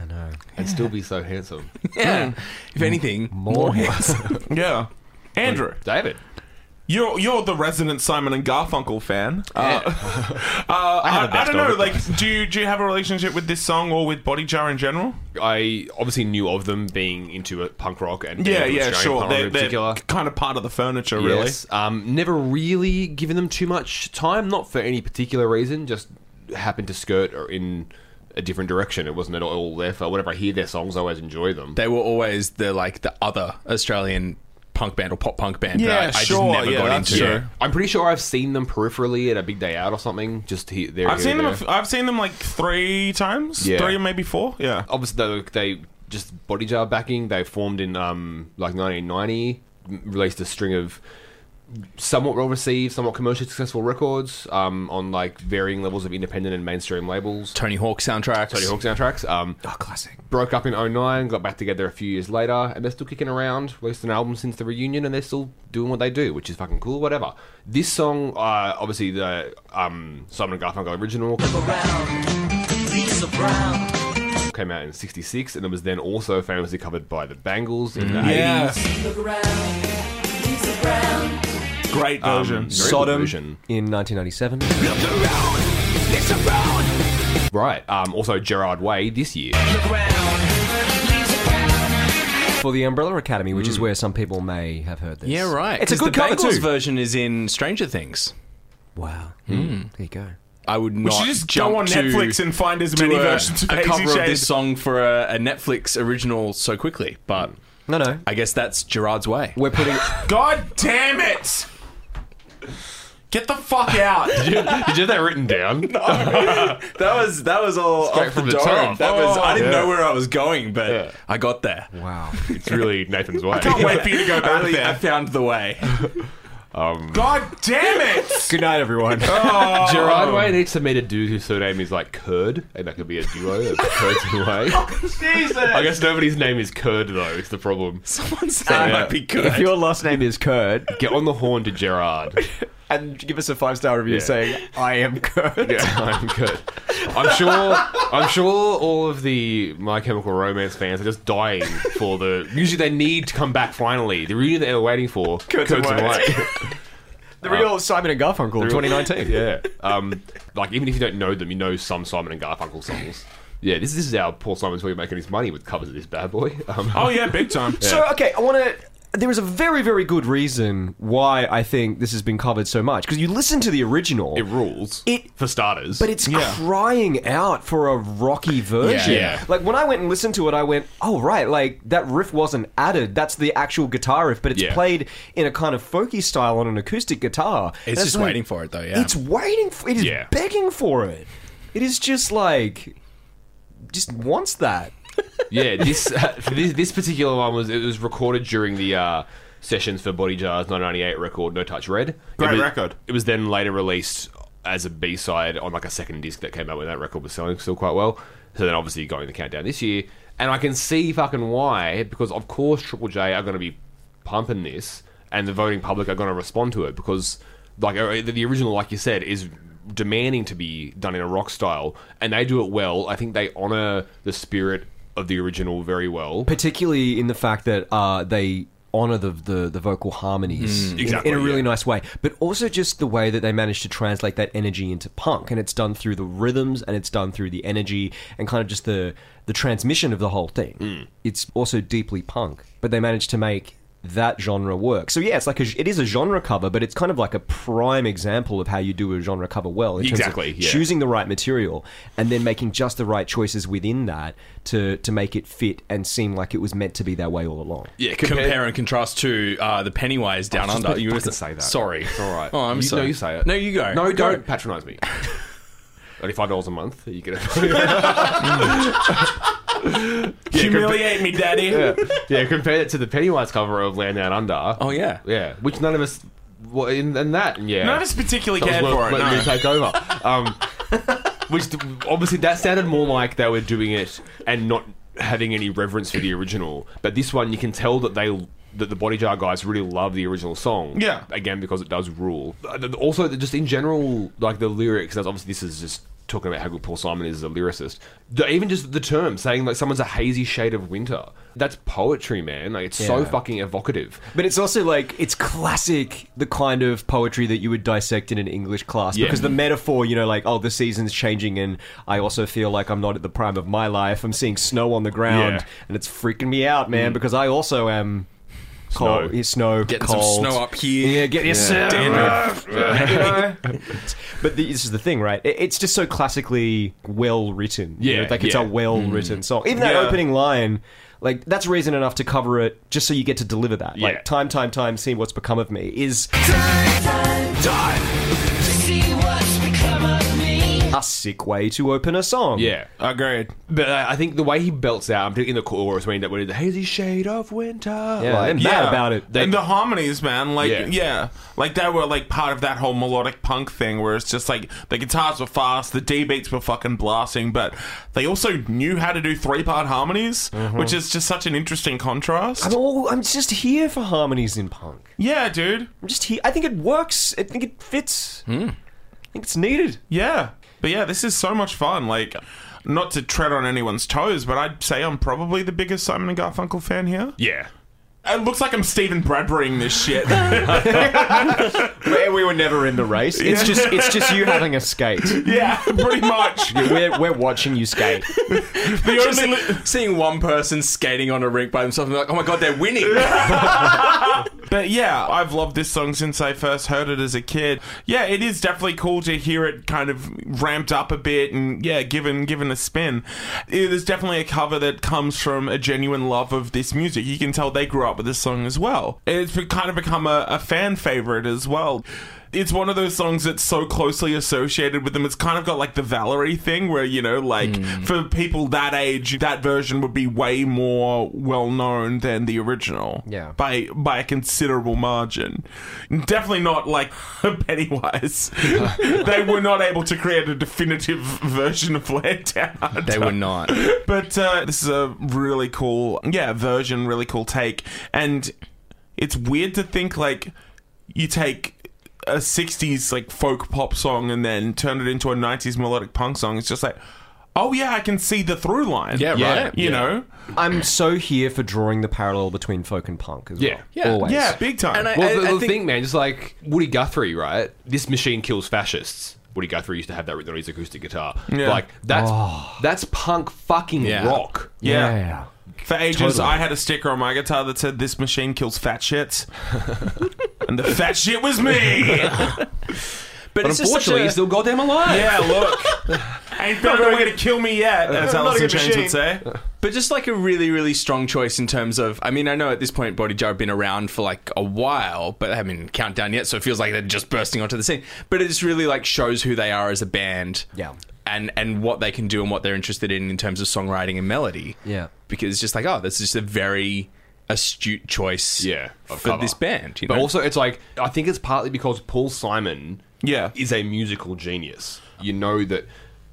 Speaker 3: And still be so handsome.
Speaker 2: Yeah.
Speaker 4: Mm.
Speaker 2: If anything, more hits.
Speaker 4: yeah. Andrew.
Speaker 3: David.
Speaker 4: You're you're the resident Simon and Garfunkel fan. Uh, uh, I,
Speaker 3: have a
Speaker 4: I,
Speaker 3: best
Speaker 4: don't know.
Speaker 3: of it.
Speaker 4: Like, do you, do you have a relationship with this song or with Body Jar in general?
Speaker 3: I obviously knew of them being into uh, punk rock and being into Australian punk rock
Speaker 4: They're,
Speaker 3: in
Speaker 4: they're
Speaker 3: particular.
Speaker 4: kind of part of the furniture, really.
Speaker 3: Yes. Um, never really given them too much time, not for any particular reason, just happened to skirt or in a different direction. It wasn't at all there for whenever I hear their songs, I always enjoy them.
Speaker 2: they were always the like the other Australian punk band or pop punk band
Speaker 4: Yeah,
Speaker 2: that I, I
Speaker 4: sure,
Speaker 2: just never
Speaker 4: yeah,
Speaker 2: got
Speaker 4: that's
Speaker 2: into.
Speaker 4: true.
Speaker 3: I'm pretty sure I've seen them peripherally at a big day out or something. Just here, there.
Speaker 4: I've
Speaker 3: here,
Speaker 4: seen them. a
Speaker 3: there.
Speaker 4: f- I've seen them like three times,
Speaker 3: Yeah.
Speaker 4: three or maybe four. Yeah.
Speaker 3: obviously they, they just body jar backing. They formed in um, like 1990, m- released a string of somewhat well received, somewhat commercially successful records um, on like varying levels of independent and mainstream labels.
Speaker 2: Tony Hawk soundtracks.
Speaker 3: Tony Hawk soundtracks. Um,
Speaker 1: Oh, classic.
Speaker 3: broke up in 09, got back together a few years later, and they're still kicking around, released an album since the reunion, and they're still doing what they do, which is fucking cool, whatever. This song, uh, obviously the um, Simon and Garfunkel original came out in 66, and it was then also famously covered by the Bangles in the 80s.
Speaker 4: Yeah. Great version.
Speaker 3: Very good version.
Speaker 1: in 1997.
Speaker 3: Right. Um, also, Gerard Way this year.
Speaker 1: For the Umbrella Academy, which is where some people may have heard this.
Speaker 2: Yeah, right.
Speaker 1: It's a
Speaker 2: 'Cause
Speaker 1: good
Speaker 2: the
Speaker 1: cover
Speaker 2: Bangles
Speaker 1: too.
Speaker 2: version is in Stranger Things.
Speaker 1: Wow.
Speaker 2: Hmm.
Speaker 1: There you go.
Speaker 2: I would not.
Speaker 4: We should just
Speaker 2: jump
Speaker 4: go on
Speaker 2: to-
Speaker 4: Netflix and find as
Speaker 2: do
Speaker 4: many
Speaker 2: a,
Speaker 4: versions of
Speaker 2: a
Speaker 4: Hazy
Speaker 2: cover of
Speaker 4: Shade.
Speaker 2: this song for a, a Netflix original so quickly, but
Speaker 1: No, no.
Speaker 2: I guess that's Gerard's way.
Speaker 1: We're putting.
Speaker 4: God damn it! Get the fuck out!
Speaker 3: Did you have that written down?
Speaker 2: That was that was all
Speaker 3: Straight
Speaker 2: off
Speaker 3: from
Speaker 2: the
Speaker 3: the
Speaker 2: dome.
Speaker 3: top. Oh,
Speaker 2: That was I didn't
Speaker 3: Yeah.
Speaker 2: know where I was going, but
Speaker 3: Yeah.
Speaker 2: I got there.
Speaker 1: wow.
Speaker 3: It's really Nathan's way.
Speaker 4: Can't wait for you to go
Speaker 2: I,
Speaker 4: back
Speaker 2: really- I
Speaker 4: there.
Speaker 2: found the way.
Speaker 4: God damn it!
Speaker 1: Good night, everyone.
Speaker 4: Oh.
Speaker 3: Gerard Way needs to meet a dude whose surname is like Curd, and that could be a duo of Curd and Way.
Speaker 4: Oh, Jesus!
Speaker 3: I guess nobody's name is Curd though. It's the problem.
Speaker 2: Someone said it
Speaker 3: yeah.
Speaker 2: might be good.
Speaker 1: if your last name is Kurt,
Speaker 3: Get on the horn to Gerard.
Speaker 1: and give us a five star review
Speaker 3: Yeah.
Speaker 1: saying I am Kurt.
Speaker 3: Yeah, I'm good. I'm sure. I'm sure all of the My Chemical Romance fans are just dying for the. Usually, they need to come back finally. The reunion that they were waiting for.
Speaker 1: Kurt's and White. The
Speaker 4: Uh,
Speaker 1: real Simon and Garfunkel,
Speaker 3: White.
Speaker 1: twenty nineteen.
Speaker 3: Yeah. Um, like even if you don't know them, you know some Simon and Garfunkel songs. Yeah, this, this is how Paul Simon's really making his money with covers of this bad boy. Um,
Speaker 4: Oh yeah, big time.
Speaker 1: So okay, I want to. There is a very, very good reason why I think this has been covered so much because you listen to the original,
Speaker 3: it rules.
Speaker 1: It-
Speaker 3: for starters.
Speaker 1: but it's crying out for a rocky version.
Speaker 3: Yeah.
Speaker 1: Like when I went and listened to it, I went, "Oh right, like that riff wasn't added. That's the actual guitar riff, but it's
Speaker 3: Yeah.
Speaker 1: played in a kind of folky style on an acoustic guitar." And
Speaker 2: it's just
Speaker 1: like,
Speaker 2: waiting for it though, yeah.
Speaker 1: It's waiting. For, it is
Speaker 3: Yeah.
Speaker 1: begging for it. It is just like, just wants that.
Speaker 3: Yeah, this, uh, this this particular one was it was recorded during the uh, sessions for Body Jar's 1998 record No Touch Red.
Speaker 4: Great
Speaker 3: It was-
Speaker 4: record.
Speaker 3: It was then later released as a B side on like a second disc that came out when that record was selling still quite well. So then obviously going the countdown this year, and I can see fucking why because of course Triple J are going to be pumping this, and the voting public are going to respond to it because like uh, the the original, like you said, is demanding to be done in a rock style, and they do it well. I think they honor the spirit of the original very well.
Speaker 1: particularly in the fact that uh, they honor the, the the vocal harmonies in-
Speaker 3: Mm, exactly,
Speaker 1: in, a really
Speaker 3: yeah.
Speaker 1: nice way, but also just the way that they manage to translate that energy into punk, and it's done through the rhythms and it's done through the energy and kind of just the the transmission of the whole thing.
Speaker 3: Mm.
Speaker 1: It's also deeply punk, but they manage to make that genre work. So yeah, it's like a, it is a genre cover, but it's kind of like a prime example of how you do a genre cover well in terms of
Speaker 3: Exactly, yeah.
Speaker 1: choosing the right material and then making just the right choices within that to to make it fit and seem like it was meant to be that way all along.
Speaker 3: Yeah,
Speaker 2: compare and contrast to uh, the Pennywise Down
Speaker 3: just
Speaker 2: Under.
Speaker 3: meant to
Speaker 2: were-
Speaker 3: fucking say that.
Speaker 2: Sorry.
Speaker 3: It's all right.
Speaker 2: Oh, I'm
Speaker 3: You-
Speaker 2: sorry.
Speaker 3: No, you say it.
Speaker 2: No, you go.
Speaker 3: No,
Speaker 2: Go.
Speaker 3: don't patronise me. Only five dollars a month. You get
Speaker 4: Humiliate me, Daddy.
Speaker 3: yeah. yeah, compare it to the Pennywise cover of Land Down Under.
Speaker 2: Oh yeah.
Speaker 3: yeah, which none of us. Well, in, in that, yeah,
Speaker 4: None of us particularly
Speaker 3: That was what-
Speaker 4: cared for it.
Speaker 3: what
Speaker 4: No.
Speaker 3: made me take over. Um, which th- obviously that sounded more like they were doing it and not having any reverence for the original. But this one, you can tell that they that the Body Jar guys really love the original song.
Speaker 4: Yeah.
Speaker 3: again because it does rule. Uh, th- Also, th- just in general, like the lyrics. That's obviously this is just talking about how good Paul Simon is as a lyricist. The- even just the term saying like someone's a hazy shade of winter. That's poetry, man. Like it's so
Speaker 1: Yeah.
Speaker 3: fucking evocative.
Speaker 1: But it's also like it's classic the kind of poetry that you would dissect in an English class
Speaker 3: Yeah.
Speaker 1: because the metaphor, you know, like oh the season's changing and I also feel like I'm not at the prime of my life. I'm seeing snow on the ground
Speaker 3: Yeah.
Speaker 1: and it's freaking me out, man, because I also am cold, snow, snow
Speaker 2: Getting
Speaker 1: cold.
Speaker 2: some snow up here.
Speaker 1: Yeah, get your snow.
Speaker 2: Dandruff.
Speaker 1: But the, this is the thing, right? It, it's just so classically well written. you
Speaker 3: Yeah,
Speaker 1: know, like it's
Speaker 3: yeah.
Speaker 1: a well written song. Even that
Speaker 4: Yeah.
Speaker 1: opening line, like that's reason enough to cover it, just so you get to deliver that.
Speaker 3: Yeah.
Speaker 1: Like time, time, time, see what's become of me is
Speaker 9: See what's become of me.
Speaker 1: a sick way to open a song.
Speaker 3: Yeah.
Speaker 2: Agreed.
Speaker 3: But I I think the way he belts out, I'm thinking in the chorus when he when he- the hazy shade of winter.
Speaker 1: Yeah,
Speaker 3: like-
Speaker 1: I'm mad about it.
Speaker 4: and the harmonies, man, like yeah.
Speaker 3: Yeah.
Speaker 4: like that were like part of that whole melodic punk thing, where it's just like the guitars were fast, the D beats were fucking blasting, but they also knew how to do three part harmonies,
Speaker 1: Mm-hmm.
Speaker 4: which is just such an interesting contrast.
Speaker 1: I'm, all, I'm just here for harmonies in punk.
Speaker 4: yeah, dude.
Speaker 1: I'm just here. I think it works. I think it fits.
Speaker 3: Hmm.
Speaker 1: I think it's needed.
Speaker 4: Yeah, but yeah, this is so much fun. Like, not to tread on anyone's toes, but I'd say I'm probably the biggest Simon and Garfunkel fan here.
Speaker 3: yeah.
Speaker 4: It looks like I'm Stephen Bradburying this shit.
Speaker 1: We were never in the race. It's just it's just you having a skate.
Speaker 4: yeah, pretty much.
Speaker 1: We're, we're watching you skate.
Speaker 4: The only li-
Speaker 2: Seeing one person skating on a rink by themselves, I'm like, oh my god, they're winning.
Speaker 4: But yeah, I've loved this song since I first heard it as a kid. Yeah, it is definitely cool to hear it kind of ramped up a bit and yeah, given given a spin. It is definitely a cover that comes from a genuine love of this music. You can tell they grew up with this song as well. It's be- kind of become a, a fan favorite as well. It's one of those songs that's so closely associated with them. It's kind of got like the Valerie thing where, you know, like for people that age, that version would be way more well known than the original
Speaker 1: Yeah.
Speaker 4: by by a considerable margin. Definitely not like Pennywise. they were not able to create a definitive version of Lantern.
Speaker 2: they were not.
Speaker 4: But uh, this is a really cool, yeah, version, really cool take. And it's weird to think like you take a 60s like folk pop song and then turn it into a 90s melodic punk song. It's just like, oh yeah, I can see the through line.
Speaker 2: Yeah,
Speaker 3: Yeah.
Speaker 2: right.
Speaker 4: You know?
Speaker 1: I'm so here for drawing the parallel between folk and punk as
Speaker 3: Yeah.
Speaker 1: well.
Speaker 2: Yeah.
Speaker 1: Always.
Speaker 4: Yeah, big time.
Speaker 2: And I-
Speaker 3: Well, the, the
Speaker 2: think-
Speaker 3: thing, man, just like Woody Guthrie, right? This machine kills fascists. Woody Guthrie used to have that written on his acoustic guitar.
Speaker 4: Yeah.
Speaker 3: Like that's that's punk fucking
Speaker 2: Oh. Yeah.
Speaker 3: rock.
Speaker 4: yeah.
Speaker 1: Yeah.
Speaker 4: For ages,
Speaker 1: Totally.
Speaker 4: I had a sticker on my guitar that said, This machine kills fat shits. and the fat shit was me!
Speaker 2: But,
Speaker 3: But
Speaker 2: it's just such
Speaker 3: unfortunately,
Speaker 2: a-
Speaker 3: he's still goddamn alive.
Speaker 4: yeah, look. Ain't found no way to kill me yet, as
Speaker 1: not a
Speaker 4: Alice in
Speaker 1: good
Speaker 4: Chains
Speaker 1: machine.
Speaker 4: would say.
Speaker 2: But just like a really, really strong choice in terms of, I mean, I know at this point Body Jar have been around for like a while, but I haven't count down yet, so it feels like they're just bursting onto the scene. But it just really like shows who they are as a band,
Speaker 1: Yeah.
Speaker 2: and and what they can do and what they're interested in in terms of songwriting and melody,
Speaker 1: Yeah.
Speaker 2: Because it's just like, oh, that's just a very astute choice,
Speaker 3: Yeah,
Speaker 2: for
Speaker 3: of cover.
Speaker 2: this band. You
Speaker 3: But
Speaker 2: know?
Speaker 3: also, it's like I think it's partly because Paul Simon
Speaker 4: Yeah.
Speaker 3: is a musical genius. You know that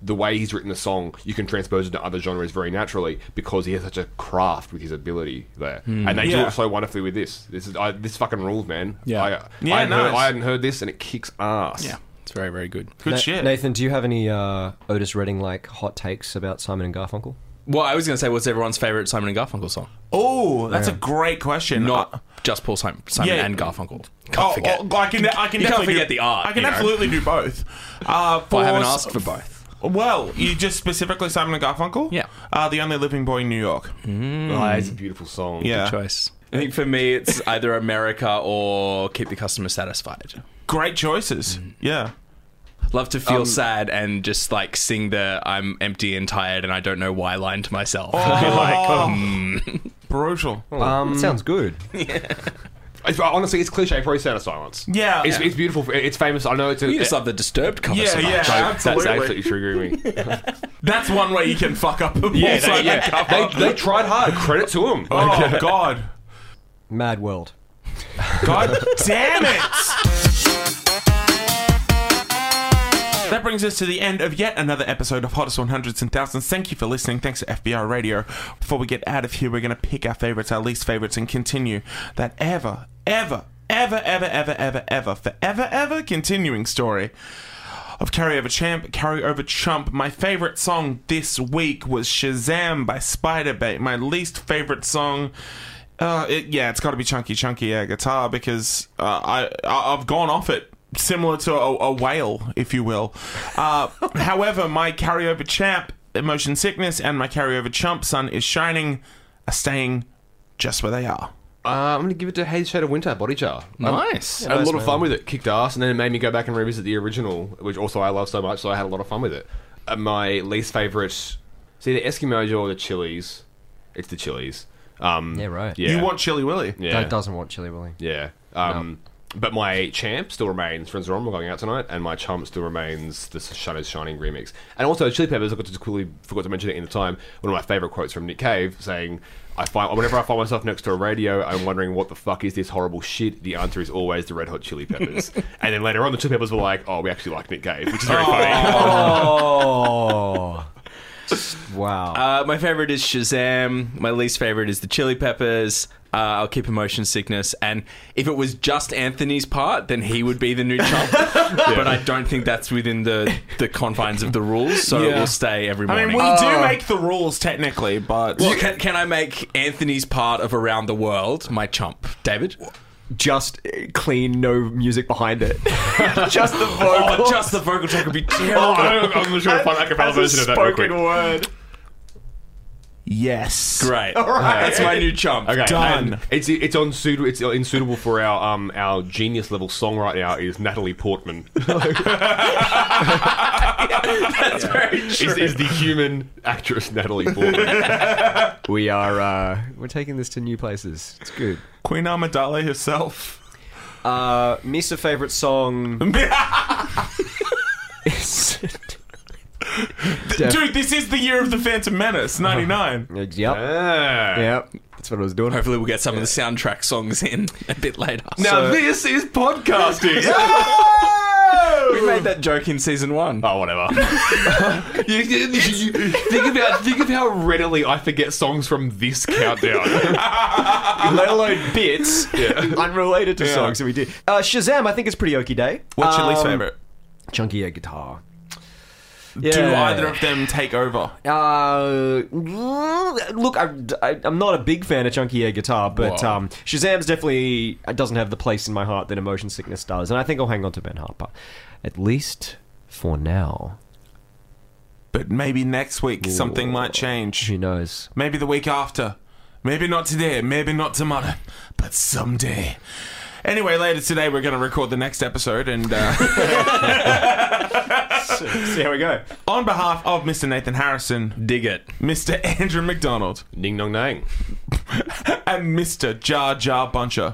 Speaker 3: the way he's written the song, you can transpose it to other genres very naturally because he has such a craft with his ability there, and they do
Speaker 4: Hmm. Yeah.
Speaker 3: it so wonderfully with this. This is I, this fucking rules, man.
Speaker 2: Yeah.
Speaker 3: I,
Speaker 4: Yeah,
Speaker 3: I, hadn't heard,
Speaker 4: nice.
Speaker 3: I hadn't heard this, and it kicks ass.
Speaker 2: yeah, it's very, very good.
Speaker 4: Good shit.
Speaker 1: Nathan, do you have any uh, Otis Redding like hot takes about Simon and Garfunkel?
Speaker 2: Well, I was going to say, what's everyone's favorite Simon and Garfunkel song?
Speaker 4: oh, that's a great question.
Speaker 2: Not
Speaker 4: Uh,
Speaker 2: just Paul Simon, Simon
Speaker 4: yeah.
Speaker 2: and Garfunkel. Can't
Speaker 4: Oh,
Speaker 2: forget.
Speaker 4: oh, I can,
Speaker 2: You
Speaker 4: I can
Speaker 2: can't
Speaker 4: definitely
Speaker 2: forget
Speaker 4: do,
Speaker 2: the art,
Speaker 4: I can
Speaker 2: you know.
Speaker 4: absolutely do both. Uh, for
Speaker 2: I haven't
Speaker 4: s-
Speaker 2: asked for both.
Speaker 4: Well, you just specifically Simon and Garfunkel?
Speaker 2: Yeah. Mm,
Speaker 4: Uh, the only living boy in New York.
Speaker 3: Ah, it's a beautiful song.
Speaker 4: Hmm. Yeah.
Speaker 2: choice. I think for me, it's either America or keep the customer satisfied.
Speaker 4: Great choices.
Speaker 2: Mm.
Speaker 4: Yeah.
Speaker 2: Love to
Speaker 4: Um,
Speaker 2: feel sad and just like sing the I'm empty and tired and I don't know why line to myself.
Speaker 4: Oh.
Speaker 2: like,
Speaker 4: Brutal.
Speaker 1: Um, sounds good.
Speaker 3: It's, honestly, it's cliche for Sound of Silence.
Speaker 4: Yeah.
Speaker 3: It's, it's beautiful. It's famous. I know it's a.
Speaker 2: you just love the disturbed cover
Speaker 4: Yeah,
Speaker 2: so much.
Speaker 4: yeah,
Speaker 3: that's absolutely
Speaker 4: absolutely.
Speaker 3: triggering me.
Speaker 4: That's one way you can fuck up a
Speaker 3: yeah,
Speaker 4: yeah,
Speaker 3: they, yeah. They, they tried hard. Credit to them.
Speaker 4: Oh, God.
Speaker 1: Mad world.
Speaker 4: God damn it! That brings us to the end of yet another episode of Hottest 100s and Thousands. Thank you for listening. Thanks to FBR Radio. Before we get out of here, we're going to pick our favorites, our least favorites, and continue that ever, ever, ever, ever, ever, ever, ever, forever, ever continuing story of Carryover Champ, Carryover Chump. My favorite song this week was Shazam by Spiderbait. My least favorite song. Uh, it, yeah, it's got to be Chunky Chunky Air Guitar because uh, I, I I've gone off it, similar to a, a whale, if you will. Uh, however, my carryover champ, Emotion Sickness, and my carryover chump, Sun is Shining, are staying just where they are.
Speaker 3: Uh, I'm going to give it to Haze Shade of Winter, Body Jar. Um,
Speaker 2: Nice.
Speaker 3: I had a lot of fun with it. Kicked ass, and then it made me go back and revisit the original, which also I love so much, so I had a lot of fun with it. Uh, my least favourite, see, the Eskimos or the Chili's. It's the Chili's. Um,
Speaker 1: Yeah, right.
Speaker 3: Yeah.
Speaker 4: You want Chilly Willy?
Speaker 3: Yeah.
Speaker 1: That doesn't want Chili Willy.
Speaker 3: Yeah. Um, But my champ still remains Friends of Rome, we're going out tonight, and my chump still remains the Shadows Shining remix. And also, Chili Peppers, I got to quickly forgot to mention it in the time, one of my favourite quotes from Nick Cave saying, I find whenever I find myself next to a radio, I'm wondering what the fuck is this horrible shit. The answer is always the Red Hot Chili Peppers. and then later on, the Chili Peppers were like, "Oh, we actually like Nick Cave," which is very funny.
Speaker 1: Oh. wow.
Speaker 2: Uh, my favorite is Shazam. My least favorite is the Chili Peppers. Uh, I'll keep emotion sickness. And if it was just Anthony's part, then he would be the new chump. But I don't think that's within the, the confines of the rules, so it
Speaker 4: Yeah.
Speaker 2: will stay every
Speaker 4: I
Speaker 2: morning.
Speaker 4: mean, we do
Speaker 2: Oh.
Speaker 4: make the rules technically, but
Speaker 2: Well, can, can I make Anthony's part of Around the World my chump, David?
Speaker 1: just uh, clean, no music behind it. just the vocal.
Speaker 2: Oh, just the vocal track would be terrible.
Speaker 3: I'm, I'm sure I'll find a cappella version of that real quick.
Speaker 1: word.
Speaker 4: yes.
Speaker 2: Great.
Speaker 1: right.
Speaker 2: That's my new chump.
Speaker 3: Okay,
Speaker 4: Done.
Speaker 3: and It's it's on suitable. It's unsuitable for our um our genius level song right now is Natalie Portman.
Speaker 2: That's very true.
Speaker 3: is, is the human actress Natalie Portman?
Speaker 1: We are uh, we're taking this to new places. It's good.
Speaker 4: Queen Amidala herself.
Speaker 1: Uh, Misa favorite song. is-
Speaker 4: Dude, this is the year of the Phantom Menace, 99.
Speaker 1: yep.
Speaker 3: Ah.
Speaker 1: Yep. That's what I was doing.
Speaker 2: Hopefully, we'll get some of the soundtrack songs in a bit later.
Speaker 3: Now this is podcasting.
Speaker 2: we made that joke in season one.
Speaker 3: Oh, whatever. You- you- you- you- think about think of how readily I forget songs from this countdown.
Speaker 1: Let alone bits unrelated to songs that we did. Uh, Shazam, I think it's pretty okie day.
Speaker 4: What's your least
Speaker 1: Um,
Speaker 4: favorite?
Speaker 1: Chunky Air Guitar.
Speaker 4: Do
Speaker 1: Yeah.
Speaker 4: either of them take over?
Speaker 1: Uh, look, I, I, am not a big fan of chunky air guitar, but
Speaker 2: Whoa.
Speaker 1: um, Shazam's definitely uh, doesn't have the place in my heart that Emotion Sickness does, and I think I'll hang on to Ben Harper, at least for now.
Speaker 4: But maybe next week something might change.
Speaker 1: Who knows?
Speaker 4: Maybe the week after. Maybe not today, maybe not tomorrow, but someday. Anyway, later today we're going to record the next episode and uh,
Speaker 1: See how we go.
Speaker 4: on behalf of Mr. Nathan Harrison,
Speaker 2: Dig it.
Speaker 4: Mr. Andrew McDonald,
Speaker 3: Ning nong nang.
Speaker 4: and Mr. Jar Jar Buncher.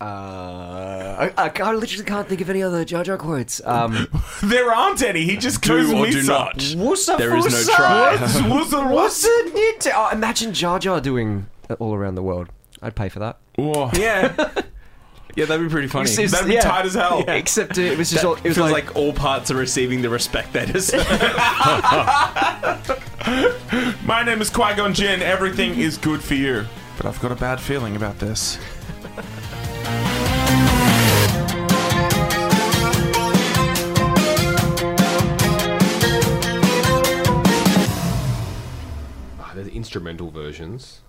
Speaker 1: Uh, I, I, can't- I literally can't think of any other Jar Jar quotes. Um,
Speaker 4: There aren't any. He just goes
Speaker 2: Do or
Speaker 4: Misa.
Speaker 2: do not.
Speaker 1: woosa
Speaker 2: There is no
Speaker 1: foosa.
Speaker 2: try.
Speaker 4: What's- what's the-
Speaker 1: What's
Speaker 4: what's-
Speaker 1: a nit- oh, imagine Jar Jar doing that all around the world. I'd pay for that.
Speaker 4: Whoa.
Speaker 2: Yeah. yeah, that'd be pretty funny.
Speaker 1: It's- it's-
Speaker 4: That'd be
Speaker 1: yeah.
Speaker 4: tight as hell.
Speaker 1: Except it was just all, it was
Speaker 2: feels
Speaker 1: like
Speaker 2: like, all parts are receiving the respect they deserve.
Speaker 4: My name is Qui Gon Jinn. Everything is good for you. But I've got a bad feeling about this.
Speaker 3: Ah, there's instrumental versions.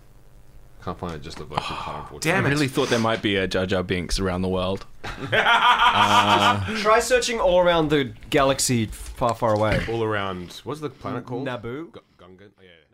Speaker 3: Can't find it just the vocal part. Unfortunately.
Speaker 4: Damn
Speaker 2: I
Speaker 4: it.
Speaker 2: really thought there might be a Jar Jar Binks around the world.
Speaker 1: Try searching all around the galaxy far, far away.
Speaker 3: All around. What's the planet called?
Speaker 1: Naboo?
Speaker 3: Gungan. Oh, yeah.